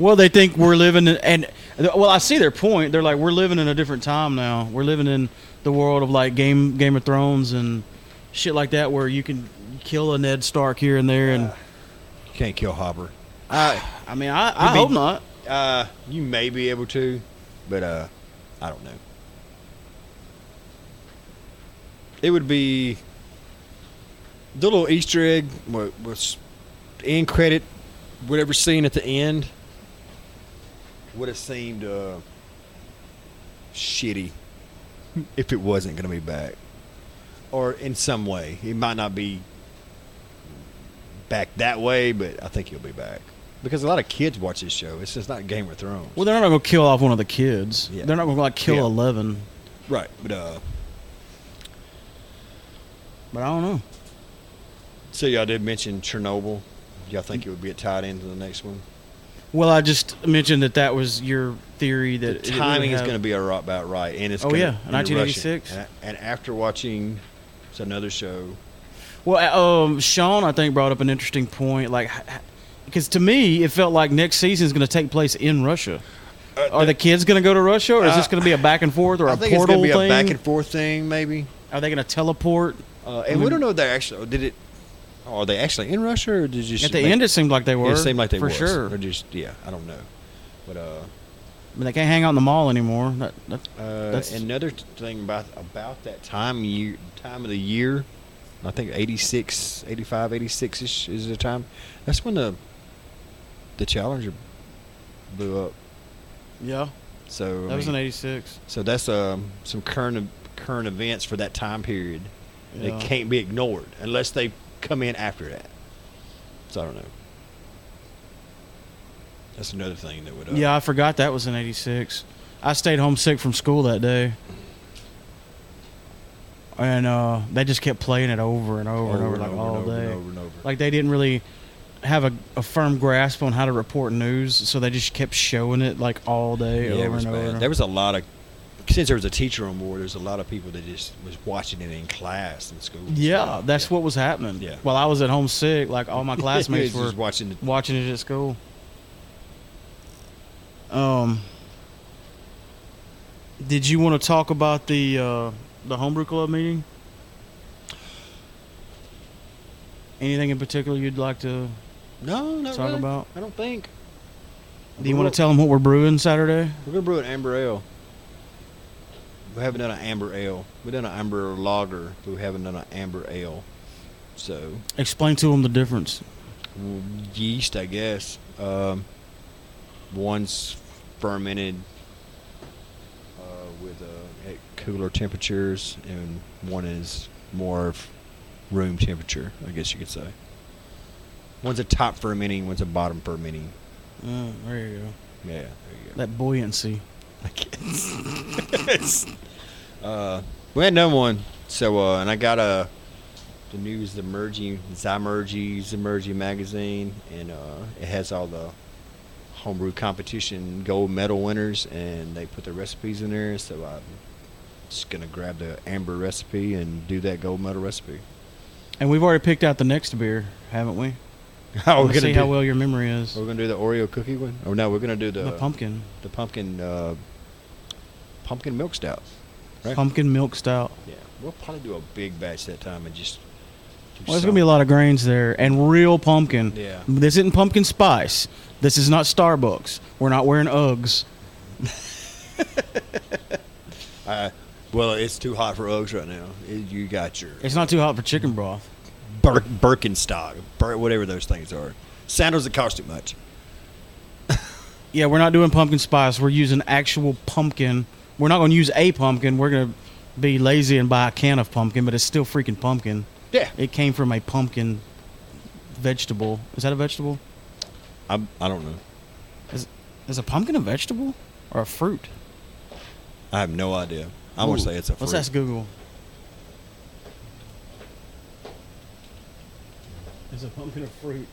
Well, they think we're living in, and well, I see their point. They're like, we're living in a different time now. We're living in the world of like Game Game of Thrones and shit like that, where you can kill a Ned Stark here and there. And
You can't kill Hopper.
I mean, I, I
mean-
hope not.
Uh, you may be able to, but uh, I don't know. It would be the little Easter egg wa- was end credit, whatever scene at the end would have seemed uh, shitty <laughs> if it wasn't going to be back, or in some way it might not be back that way, but I think he'll be back because a lot of kids watch this show. It's just not Game of Thrones.
Well, they're not gonna kill off one of the kids.
Yeah.
They're not gonna like kill
Yeah.
Eleven.
Right, but uh,
But I don't know.
so y'all did mention Chernobyl. Y'all think it would be a tied in to the next one?
Well, I just mentioned that that was your theory
The
that
timing is going to be a right, about right, and it's
Oh,
gonna
yeah,
be
1986.
Russian. And, and after watching, it's another show.
Well, uh, um, Sean, I think brought up an interesting point, like because to me it felt like next season is going to take place in Russia. Are the kids going to go to Russia, or is this
Uh,
going to be a back and forth or
I
a
think it's going
portal
to be
thing?
a back and forth thing, maybe.
Are they going to teleport?
Uh, and we
mean-
don't know if they actually did it. Are they actually in Russia, or did you?
At the end, it seemed like they were.
It seemed like they
for
was.
sure.
Or just yeah, I don't know, but uh,
I mean, they can't hang out in the mall anymore. That, that,
Uh,
that's
another t- thing about about that time year time of the year, I think 86, 85, 86 ish is the time. That's when the the Challenger blew up.
yeah.
So I
That was in
mean,
'86.
So that's um, some current ev- current events for that time period.
Yeah.
They can't be ignored unless they come in after that. So I don't know. That's another thing that would. Uh,
Yeah, I forgot that was in '86. I stayed homesick from school that day, and uh, they just kept playing it over and over, and over, like all
and over
day.
and over and over.
Like they didn't really have a, a firm grasp on how to report news, so they just kept showing it like all day,
Yeah, it
over
was
and over.
bad.
and over.
There was a lot of since there was a teacher on board. There's a lot of people that just was watching it in class in school.
Yeah, that's what was happening.
Yeah.
While I was at home sick, like all
<laughs>
my
He
classmates
was
were
just watching it.
watching it at school. Um, did you want to talk about the uh, the homebrew club meeting? Anything in particular you'd like to?
No, not
talk
really.
about?
I don't think.
Do you want to tell them what we're brewing Saturday?
We're gonna brew an amber ale. We haven't done an amber ale. We've done an amber lager, but we haven't done an amber ale. So
Explain to them the difference.
well, yeast, I guess. Um, one's fermented uh, with uh, at cooler temperatures, and one is more of room temperature, I guess you could say. One's a top fermenting, one's a bottom fermenting.
Uh, there you go.
Yeah, there you go.
That buoyancy.
<laughs> I guess. <laughs> uh, we had another one. So, uh, and I got uh, the news, the Mergy, Zymergy, Zymergy magazine, and uh, it has all the homebrew competition gold medal winners, and they put their recipes in there. So I'm just gonna grab the amber recipe and do that gold medal recipe.
And we've already picked out the next beer, haven't we?
<laughs> Oh,
Let's see how well your memory is.
we're gonna do the Oreo cookie one. Oh no, we're gonna do the
The pumpkin,
the pumpkin, uh, pumpkin milk stout. Right.
pumpkin milk stout.
Yeah, we'll probably do a big batch that time and just. do
Well, there's
some-
gonna be a lot of grains there and real pumpkin.
Yeah.
This isn't pumpkin spice. This is not Starbucks. We're not wearing Uggs.
I- well, it's too hot for Uggs right now. It- you got your
It's not too hot for chicken broth.
Bir- Birkenstock, Bir- whatever those things are. Sandals that cost too much.
Yeah, we're not doing pumpkin spice. We're using actual pumpkin. We're not gonna use a pumpkin. We're gonna be lazy and buy a can of pumpkin, but it's still freaking pumpkin.
Yeah.
It came from a pumpkin vegetable. Is that a vegetable?
I'm, I don't know.
Is is a pumpkin a vegetable or a fruit?
I have no idea. I'm going
Ooh,
to say it's a fruit.
Let's ask Google. Is a pumpkin a fruit?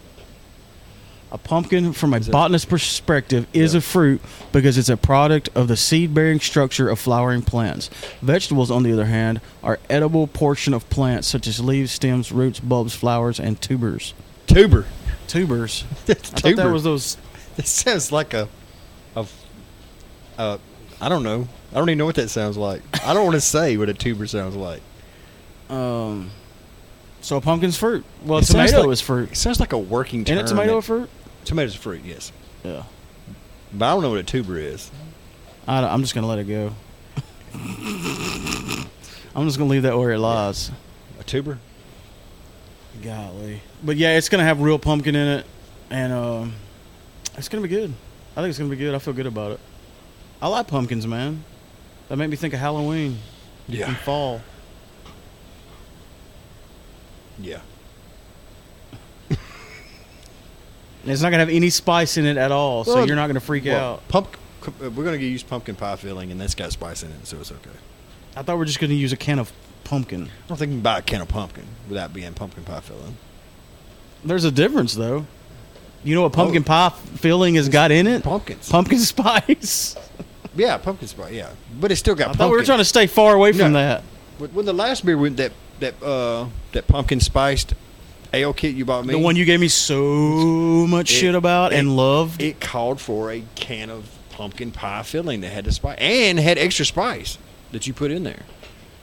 A pumpkin, from a botanist perspective, is a fruit because it's a product of the seed-bearing structure of flowering plants. Vegetables, on the other hand, are edible portion of plants such as leaves, stems, roots, bulbs, flowers, and tubers.
Tuber. <laughs>
Tubers.
That's
I thought that
tuber.
was those.
That sounds like a. a f- uh, I don't know. I don't even know what that sounds like. I don't want to <laughs> say what a tuber sounds like.
Um, so a pumpkin's fruit. Well,
It sounds
tomato
like-
is fruit.
It sounds like a working term.
Isn't it tomato
that-
a fruit?
Tomato's a fruit, yes.
Yeah.
But I don't know what a tuber is.
I am just gonna let it go. I'm just gonna leave that where it lies.
A tuber?
Golly, but yeah, it's gonna have real pumpkin in it, and um, it's gonna be good. I think it's gonna be good. I feel good about it. I like pumpkins, man. That made me think of Halloween
Yeah.
and fall.
Yeah.
And it's not gonna have any spice in it at all, so
Well,
you're not gonna freak
Well,
out.
Pump, c- uh, we're gonna use pumpkin pie filling, and that's got spice in it, so it's okay.
I thought we are just gonna use a can of pumpkin.
I don't think you can buy a can of pumpkin without being pumpkin pie filling.
There's a difference though. You know what
Oh.
pumpkin pie filling has got in it?
Pumpkins.
Pumpkin <laughs> spice.
yeah, pumpkin spice. Yeah, but it's still got.
I
pumpkin.
thought we were trying to stay far away from
No.
that.
When- When the last beer went that that uh that pumpkin spiced ale kit you bought me,
The one you gave me so much
It-
shit about
it-
and loved.
it called for a can of pumpkin pie filling that had the spice and had extra spice that you put in there.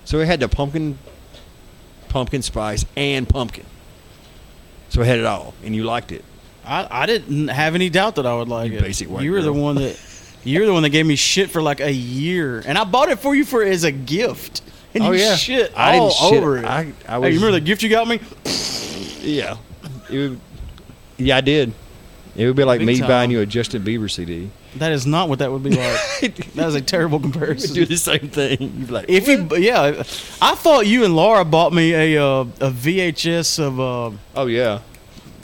So it had the pumpkin, pumpkin spice and pumpkin. So it had it all, and you liked it.
I, I didn't have any doubt that I would like
You
it.
basic white
you were the
girl.
one that You're the one that gave me shit for like a year, and I bought it for you for as a gift. And
Oh,
you
yeah.
shit all
I didn't shit.
over it.
I- I
Hey,
was-
you remember the gift you got me?
<laughs> Yeah. It would, yeah, I did. It would be like
Big
me
time.
buying you a Justin
<laughs>
Bieber CD.
That is not what that
<laughs>
would be like. that is a terrible comparison.
do the same thing. You'd be like,
If you, yeah, I thought you and Laura bought me a uh, a VHS of uh,
oh yeah,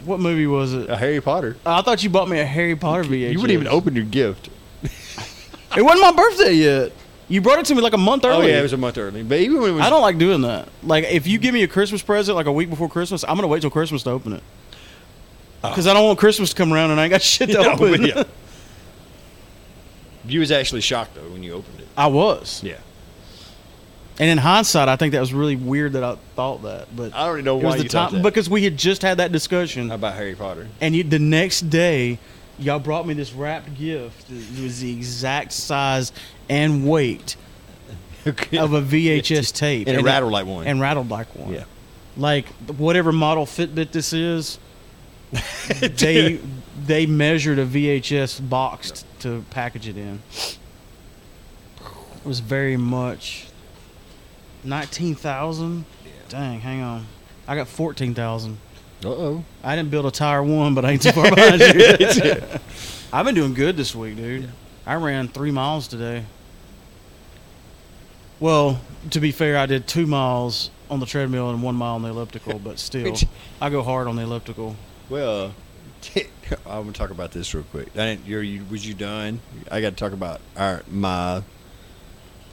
what movie was it?
a Harry Potter.
I thought you bought me a Harry Potter VHS.
You wouldn't even open your gift.
It wasn't my birthday yet. You brought it to me like a month early.
Oh yeah, it was a month early. But even when it was,
I don't like doing that. Like, if you give me a Christmas present like a week before Christmas, I'm gonna wait till Christmas to open it.
Uh.
Because I don't want Christmas to come around and I ain't got <laughs> shit to
Yeah,
open.
but yeah. You was actually shocked though when you opened it.
I was,
Yeah,
and in hindsight, I think that was really weird that I thought that. But
I don't even know
it
why
was the
you thought
time
that
because we had just had that discussion,
about Harry Potter. <laughs>
and you, the next day, y'all brought me this wrapped gift. It was the exact size and weight of a VHS tape,
<laughs> And it rattled like one.
and rattled like one.
<laughs> yeah,
like whatever model Fitbit this is, <laughs> they <laughs> they measured a VHS box t- to package it in. It was very much nineteen thousand. Dang, hang on, I got fourteen thousand.
Uh oh.
I didn't build a tire one, but I ain't too far <laughs> behind you. I've been doing good this week, dude. I ran three miles today. Well, to be fair, I did two miles on the treadmill and one mile on the elliptical, but still, I go hard on the elliptical.
Well, <laughs> I'm gonna talk about this real quick. I didn't, you're, you was you done? I got to talk about our my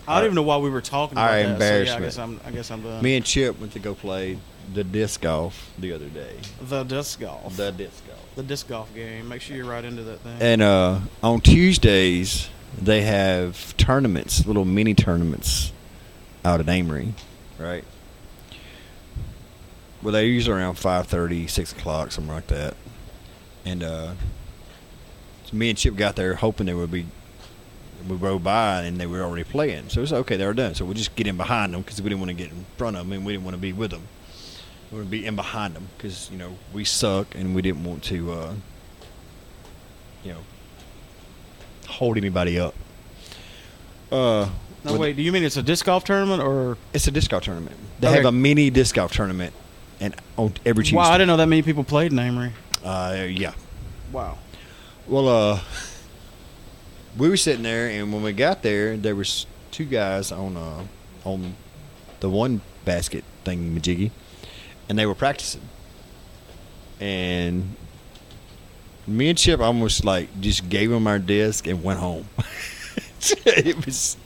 I don't even know why we were talking about
Our
that.
embarrassment.
So yeah, I guess I'm. I guess I'm done.
me and Chip went to go play the disc golf the other day.
the disc golf.
The disc golf.
The disc golf game. Make sure you're right into that thing.
And uh, on Tuesdays, they have tournaments, little mini tournaments out at Amory, right? Well, they're usually around 5.30, 6 o'clock, something like that. And uh, so me and Chip got there hoping they would be, we rode by and they were already playing. So it's okay, they were done. So we'll just get in behind them because we didn't want to get in front of them and we didn't want to be with them. We want to be in behind them because, you know, we suck and we didn't want to. Uh, you know, hold anybody up. Uh,
no,
with-
wait. Do you mean it's a disc golf tournament or?
It's a disc golf tournament. They
Okay.
have a mini disc golf tournament, and on every Tuesday.
Wow, I didn't know that many people played in Amory.
Uh, yeah.
Wow.
Well, uh, <laughs> we were sitting there, and when we got there, there was two guys on uh on the one basket thing majiggy, and they were practicing. And me and Chip almost like just gave them our disc and went home. <laughs> it was,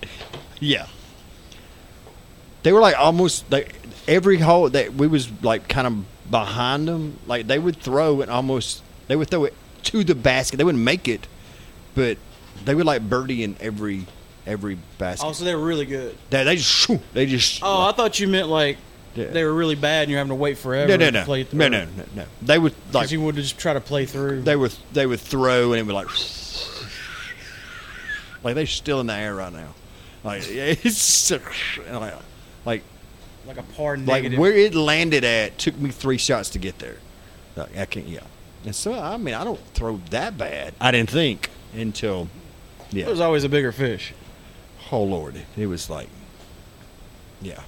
yeah. They were like almost like every hole that we was like kind of behind them. Like they would throw and almost they would throw it to the basket. They wouldn't make it, but they would like birdie in every every basket.
Oh, so they were really good.
they, they just shoo, they just
Oh, I thought you meant like
Yeah.
they were really bad and you're having to wait forever
no no
to play
no
through.
no no no no. They would like
Because you would just try to play through.
they would they would throw and it would like <laughs> like they're still in the air right now. Like <laughs> it's just- and like, like
like a par
like
negative.
where it landed at took me three shots to get there. Like, I can't, yeah. And so I mean, I don't throw that bad. I didn't think until, yeah.
It was always a bigger fish.
oh Lord, it was like, yeah.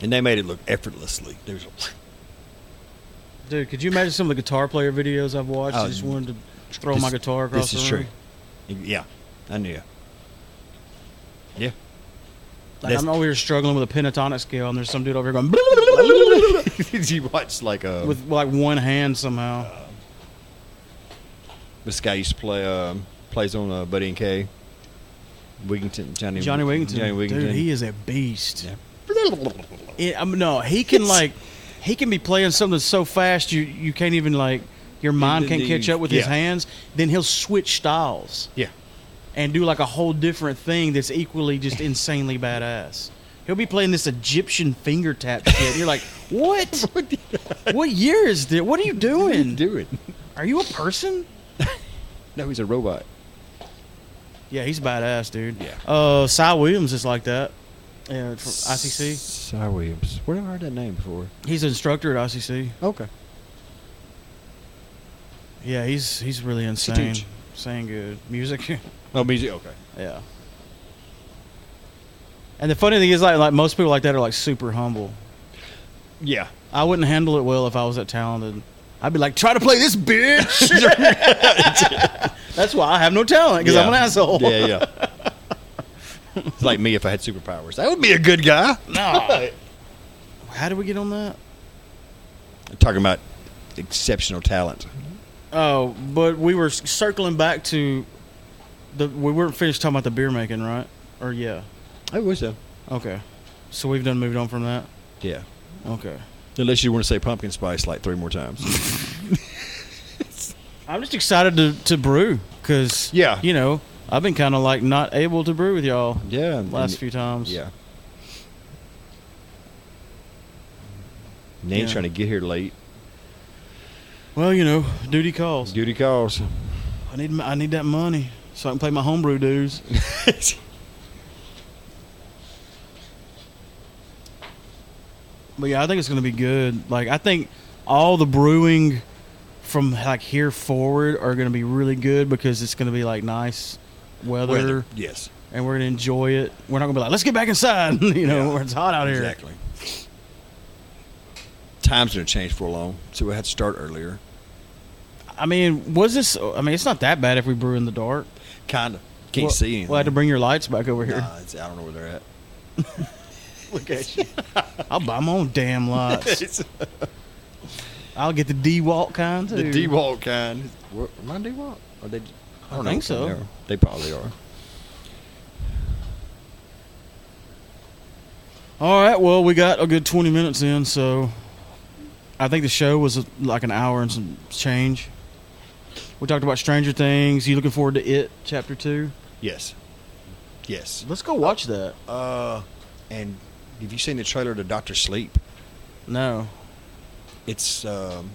And they made it look effortlessly. There was a,
Dude, could you imagine some of the guitar player videos I've watched? I
Oh,
just wanted to throw
this-
my guitar across
this is
the
true.
room.
Yeah,
<laughs>
I knew. Yeah.
Like, I'm over here struggling with a pentatonic scale, and there's some dude over here going <laughs>
Did you watch like um, a
with like one hand somehow.
this guy used to play um, plays on uh, Buddy and K. Wigington, Johnny,
Johnny Wigginton,
Johnny Wigginton.
dude, he is a beast.
Yeah.
It- I mean, no, he can like he can be playing something so fast you you can't even like your mind can't catch up with his
Yeah.
hands. Then he'll switch styles.
Yeah.
and do like a whole different thing that's equally
<laughs>
just insanely badass. He'll be playing this Egyptian finger tap shit. and You're like,
<laughs>
what? <laughs> what year is this? What are you doing?
Do it. <laughs>
Are you a person?
No, he's a robot.
Yeah, he's badass, dude.
Yeah.
Uh, Cy Williams is like that. Yeah, from ICC.
Cy Williams. Where have I heard that name before?
He's an instructor at ICC.
Okay.
Yeah, he's he's really
What's he
insane.
teach?
saying good. Music. <laughs>
Oh, music. Okay.
Yeah. And the funny thing is, like, like most people like that are like super humble.
Yeah.
I wouldn't handle it well if I was that talented. I'd be like, try to play this
<laughs>
bitch. <laughs> That's why I have no talent because I'm an
Yeah.
asshole.
Yeah, yeah. <laughs> It's like me if I had superpowers. That would be a good guy.
no. How did we get on that?
Talking about exceptional talent.
Oh, but we were s- circling back to the. We weren't finished talking about the beer making, right? Or yeah.
I wish so.
Okay. So we've done moved on from that.
Yeah.
Okay.
Unless you want to say pumpkin spice like three more times.
I'm just excited to, to brew because
<laughs> Yeah.
you know I've been kind of like not able to brew with y'all
yeah. and-
last few times.
Yeah. Name's
Yeah.
trying to get here late.
Well, you know, duty calls.
Duty calls. <laughs>
I need my- I need that money so I can pay my homebrew dues. But yeah, I think it's gonna be good. Like I think all the brewing from like here forward are gonna be really good because it's gonna be like nice weather,
Weather, Yes.
and we're gonna enjoy it. We're not gonna be like, let's get back inside, <laughs> you know,
Yeah.
where it's hot out here.
Exactly. Time's going to change for long, so we had to start earlier.
I mean, was this? I mean, it's not that bad if we brew in the dark.
Kind of. Can't
We'll-
see anything.
We'll have to bring your lights back over here.
Nah, it's, I don't know where they're at.
<laughs> Look at
<laughs>
you. I'll buy my own damn lights. I'll get the D Walk kind too.
the D Walk kind. What, am I D Walk? Are they? I
think
don't know. what kind
so.
They, are. They probably are.
All right. Well, we got a good 20 minutes in, so I think the show was uh, like an hour and some change. We talked about Stranger Things. You looking forward to it, Chapter Two?
Yes. Yes.
Let's go watch that.
Uh, and have you seen the trailer to Doctor Sleep?
No,
It's um.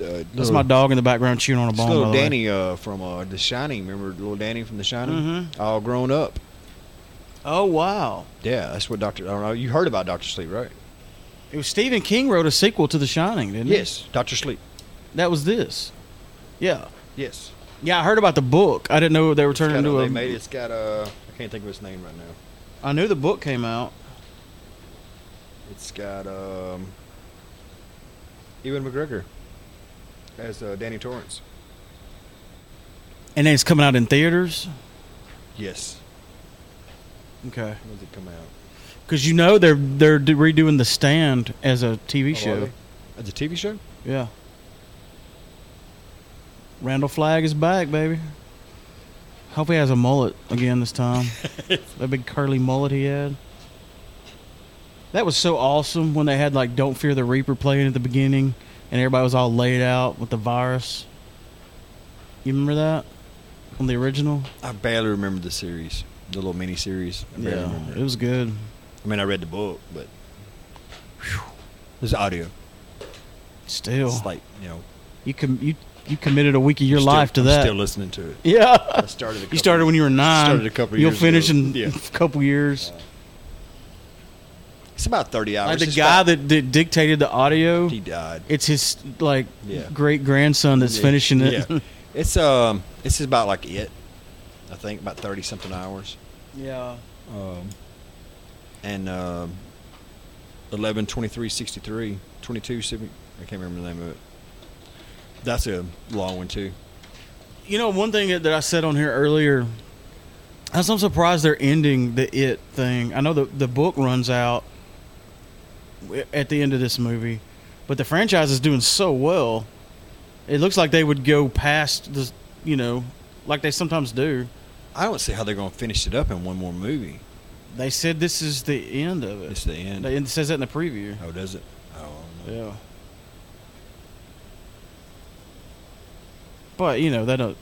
Uh,
that's my dog in the background chewing on a
It's
bone.
little
by the way.
Danny uh, from uh, The Shining. Remember little Danny from The Shining?
Mhm.
All grown up.
Oh wow!
Yeah, that's what Doctor. I don't know. You heard about Doctor Sleep, right?
It was Stephen King wrote a sequel to The Shining, didn't he?
Yes, Doctor Sleep.
That was this. Yeah.
Yes.
Yeah, I heard about the book. I didn't know they were
It's
turning
got
into a.
a, they made it. has got a. I can't think of his name right now.
I knew the book came out.
It's got um. Ewan McGregor as uh, Danny Torrance.
And then it's coming out in theaters.
Yes.
Okay.
When does it come out?
Because you know they're they're do- redoing The Stand as a TV
Oh, are
show.
they? As a TV show?
Yeah. Randall Flagg is back, baby. Hope he has a mullet again this time. that big curly mullet he had. That was so awesome when they had like "Don't Fear the Reaper" playing at the beginning, and everybody was all laid out with the virus. You remember that on the original?
I barely remember the series, the little mini series. I barely remember.
it was good.
I mean, I read the book, but whew, this audio.
Still,
It's like you know,
you com- you you committed a week of your
still-
life to
I'm
that.
Still listening to it.
<laughs> yeah.
I started. A couple
You started when you were nine.
Started a couple
You'll
years
finish
ago.
in <laughs>
Yeah.
a couple years.
It's about thirty hours.
like the
It's
guy
about-
that, that dictated the audio,
<laughs> he died.
it's his like
Yeah.
great grandson that's
Yeah.
finishing it.
Yeah. It's um, this is about like it. I think about thirty something hours.
yeah.
Um, and um, eleven twenty three sixty three twenty two seventy. I can't remember the name of it. That's a long one too.
You know, one thing that, that I said on here earlier, I was- I'm surprised they're ending the it thing. I know the the book runs out w- at the end of this movie, but the franchise is doing so well. It looks like they would go past the, you know, like they sometimes do.
I don't see how they're going to finish it up in one more movie.
They said this is the end of
It's
it.
the end.
They- It says that in the preview.
Oh, does it? Oh, I don't know.
Yeah. But you know they don't.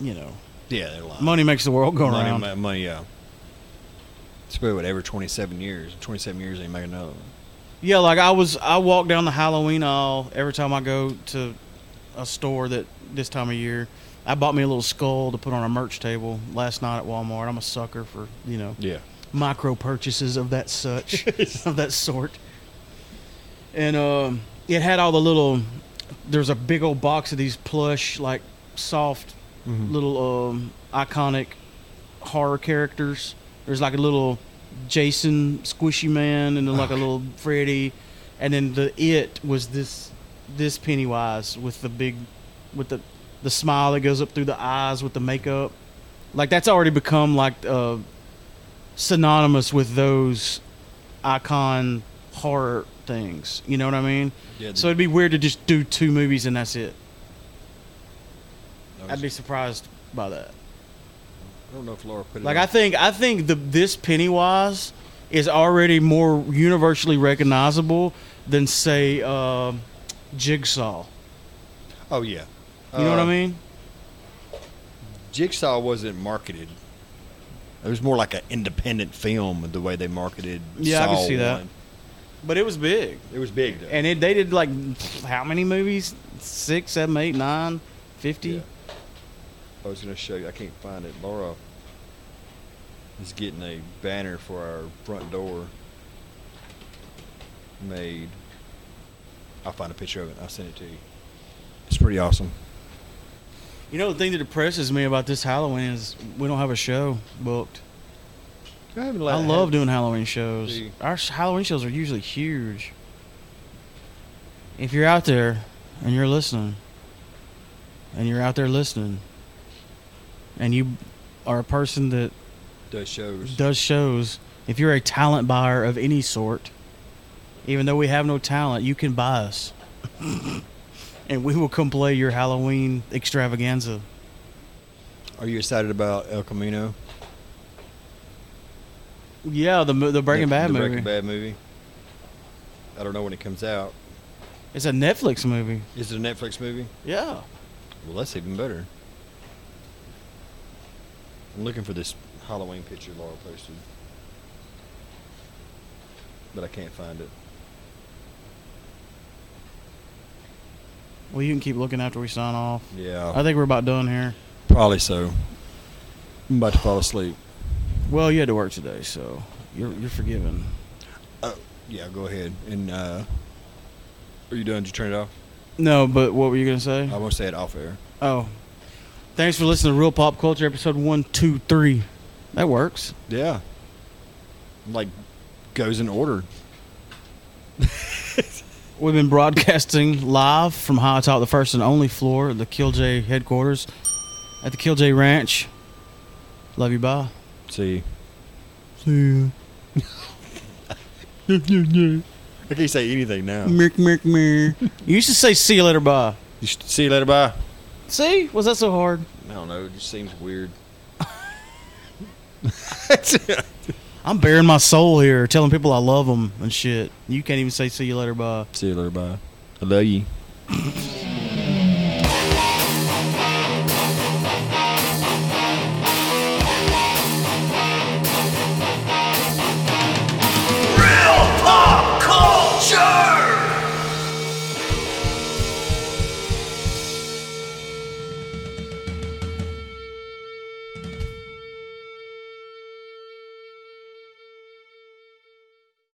You know,
yeah, they're lying.
money makes the world go
money,
round.
mo- money, yeah. It's probably whatever. Twenty-seven years. Twenty-seven years, they make another. one.
Yeah, like I was, I walk down the Halloween aisle every time I go to a store that this time of year. I bought me a little skull to put on a merch table last night at Walmart. I'm a sucker for you know
Yeah.
micro purchases of that such of that sort. And um, it had all the little there's a big old box of these plush, like soft,
Mhm.
little um, iconic horror characters. There's like a little Jason Squishy Man, and then like a little Freddy, and then the it was this this Pennywise with the big with the the smile that goes up through the eyes with the makeup. Like that's already become like uh, synonymous with those icon horror things. You know what I mean?
Yeah, the-
so it'd be weird to just do two movies and that's it. I'd be surprised by that.
I don't know if Laura put it.
Like
on.
I think I think the this Pennywise is already more universally recognizable than say um Jigsaw.
Oh yeah.
You know what I
Uh,
mean?
Jigsaw wasn't marketed. It was more like an independent film the way they marketed.
Yeah, I can
Saw
see that.
One.
But it was big,
It was big though.
and it they did like how many movies? Six, seven, eight, nine, fifty.
I was gonna show you. I can't find it. Laura is getting a banner for our front door made. I'll find a picture of it. and I'll send it to you. It's pretty awesome.
You know the thing that depresses me about this Halloween is we don't have a show booked.
I,
I love doing Halloween shows.
Do you-
Our sh- Halloween shows are usually huge. If you're out there and you're listening, and you're out there listening, and you are a person that
does shows.
does shows, if you're a talent buyer of any sort, even though we have no talent, you can buy <laughs> us. and we will come play your Halloween extravaganza.
Are you excited about El Camino?
Yeah, the, mo- the Breaking
The-
Bad
the
movie.
Breaking Bad movie. I don't know when it comes out.
It's a Netflix movie.
Is it a Netflix movie?
Yeah.
Well, that's even better. I'm looking for this Halloween picture Laura posted, but I can't find it.
Well, you can keep looking after we sign off.
Yeah,
I think we're about done here.
probably so. I'm about to fall asleep.
Well, you had to work today, so you're you're forgiven.
Oh, yeah. Go ahead. And uh, are you done? Did you turn it off?
No, but what were you gonna say?
I won't say it off air.
Oh, thanks for listening to Real Pop Culture episode one, two, three. That works.
Yeah. Like, goes in order.
We've been broadcasting live from high atop the first and only floor of the Killj headquarters at the Killj Ranch. Love you, bye.
See. you.
See ya.
I can't say anything now.
Merk, merk, merk. You used to say see you later, bye.
You sh- See you later. Bye.
See? Was that so hard?
I don't know. It just seems weird.
<laughs> I'm bearing my soul here, telling people I love them and shit. You can't even say see you later, bye.
See you later. Bye. I love you.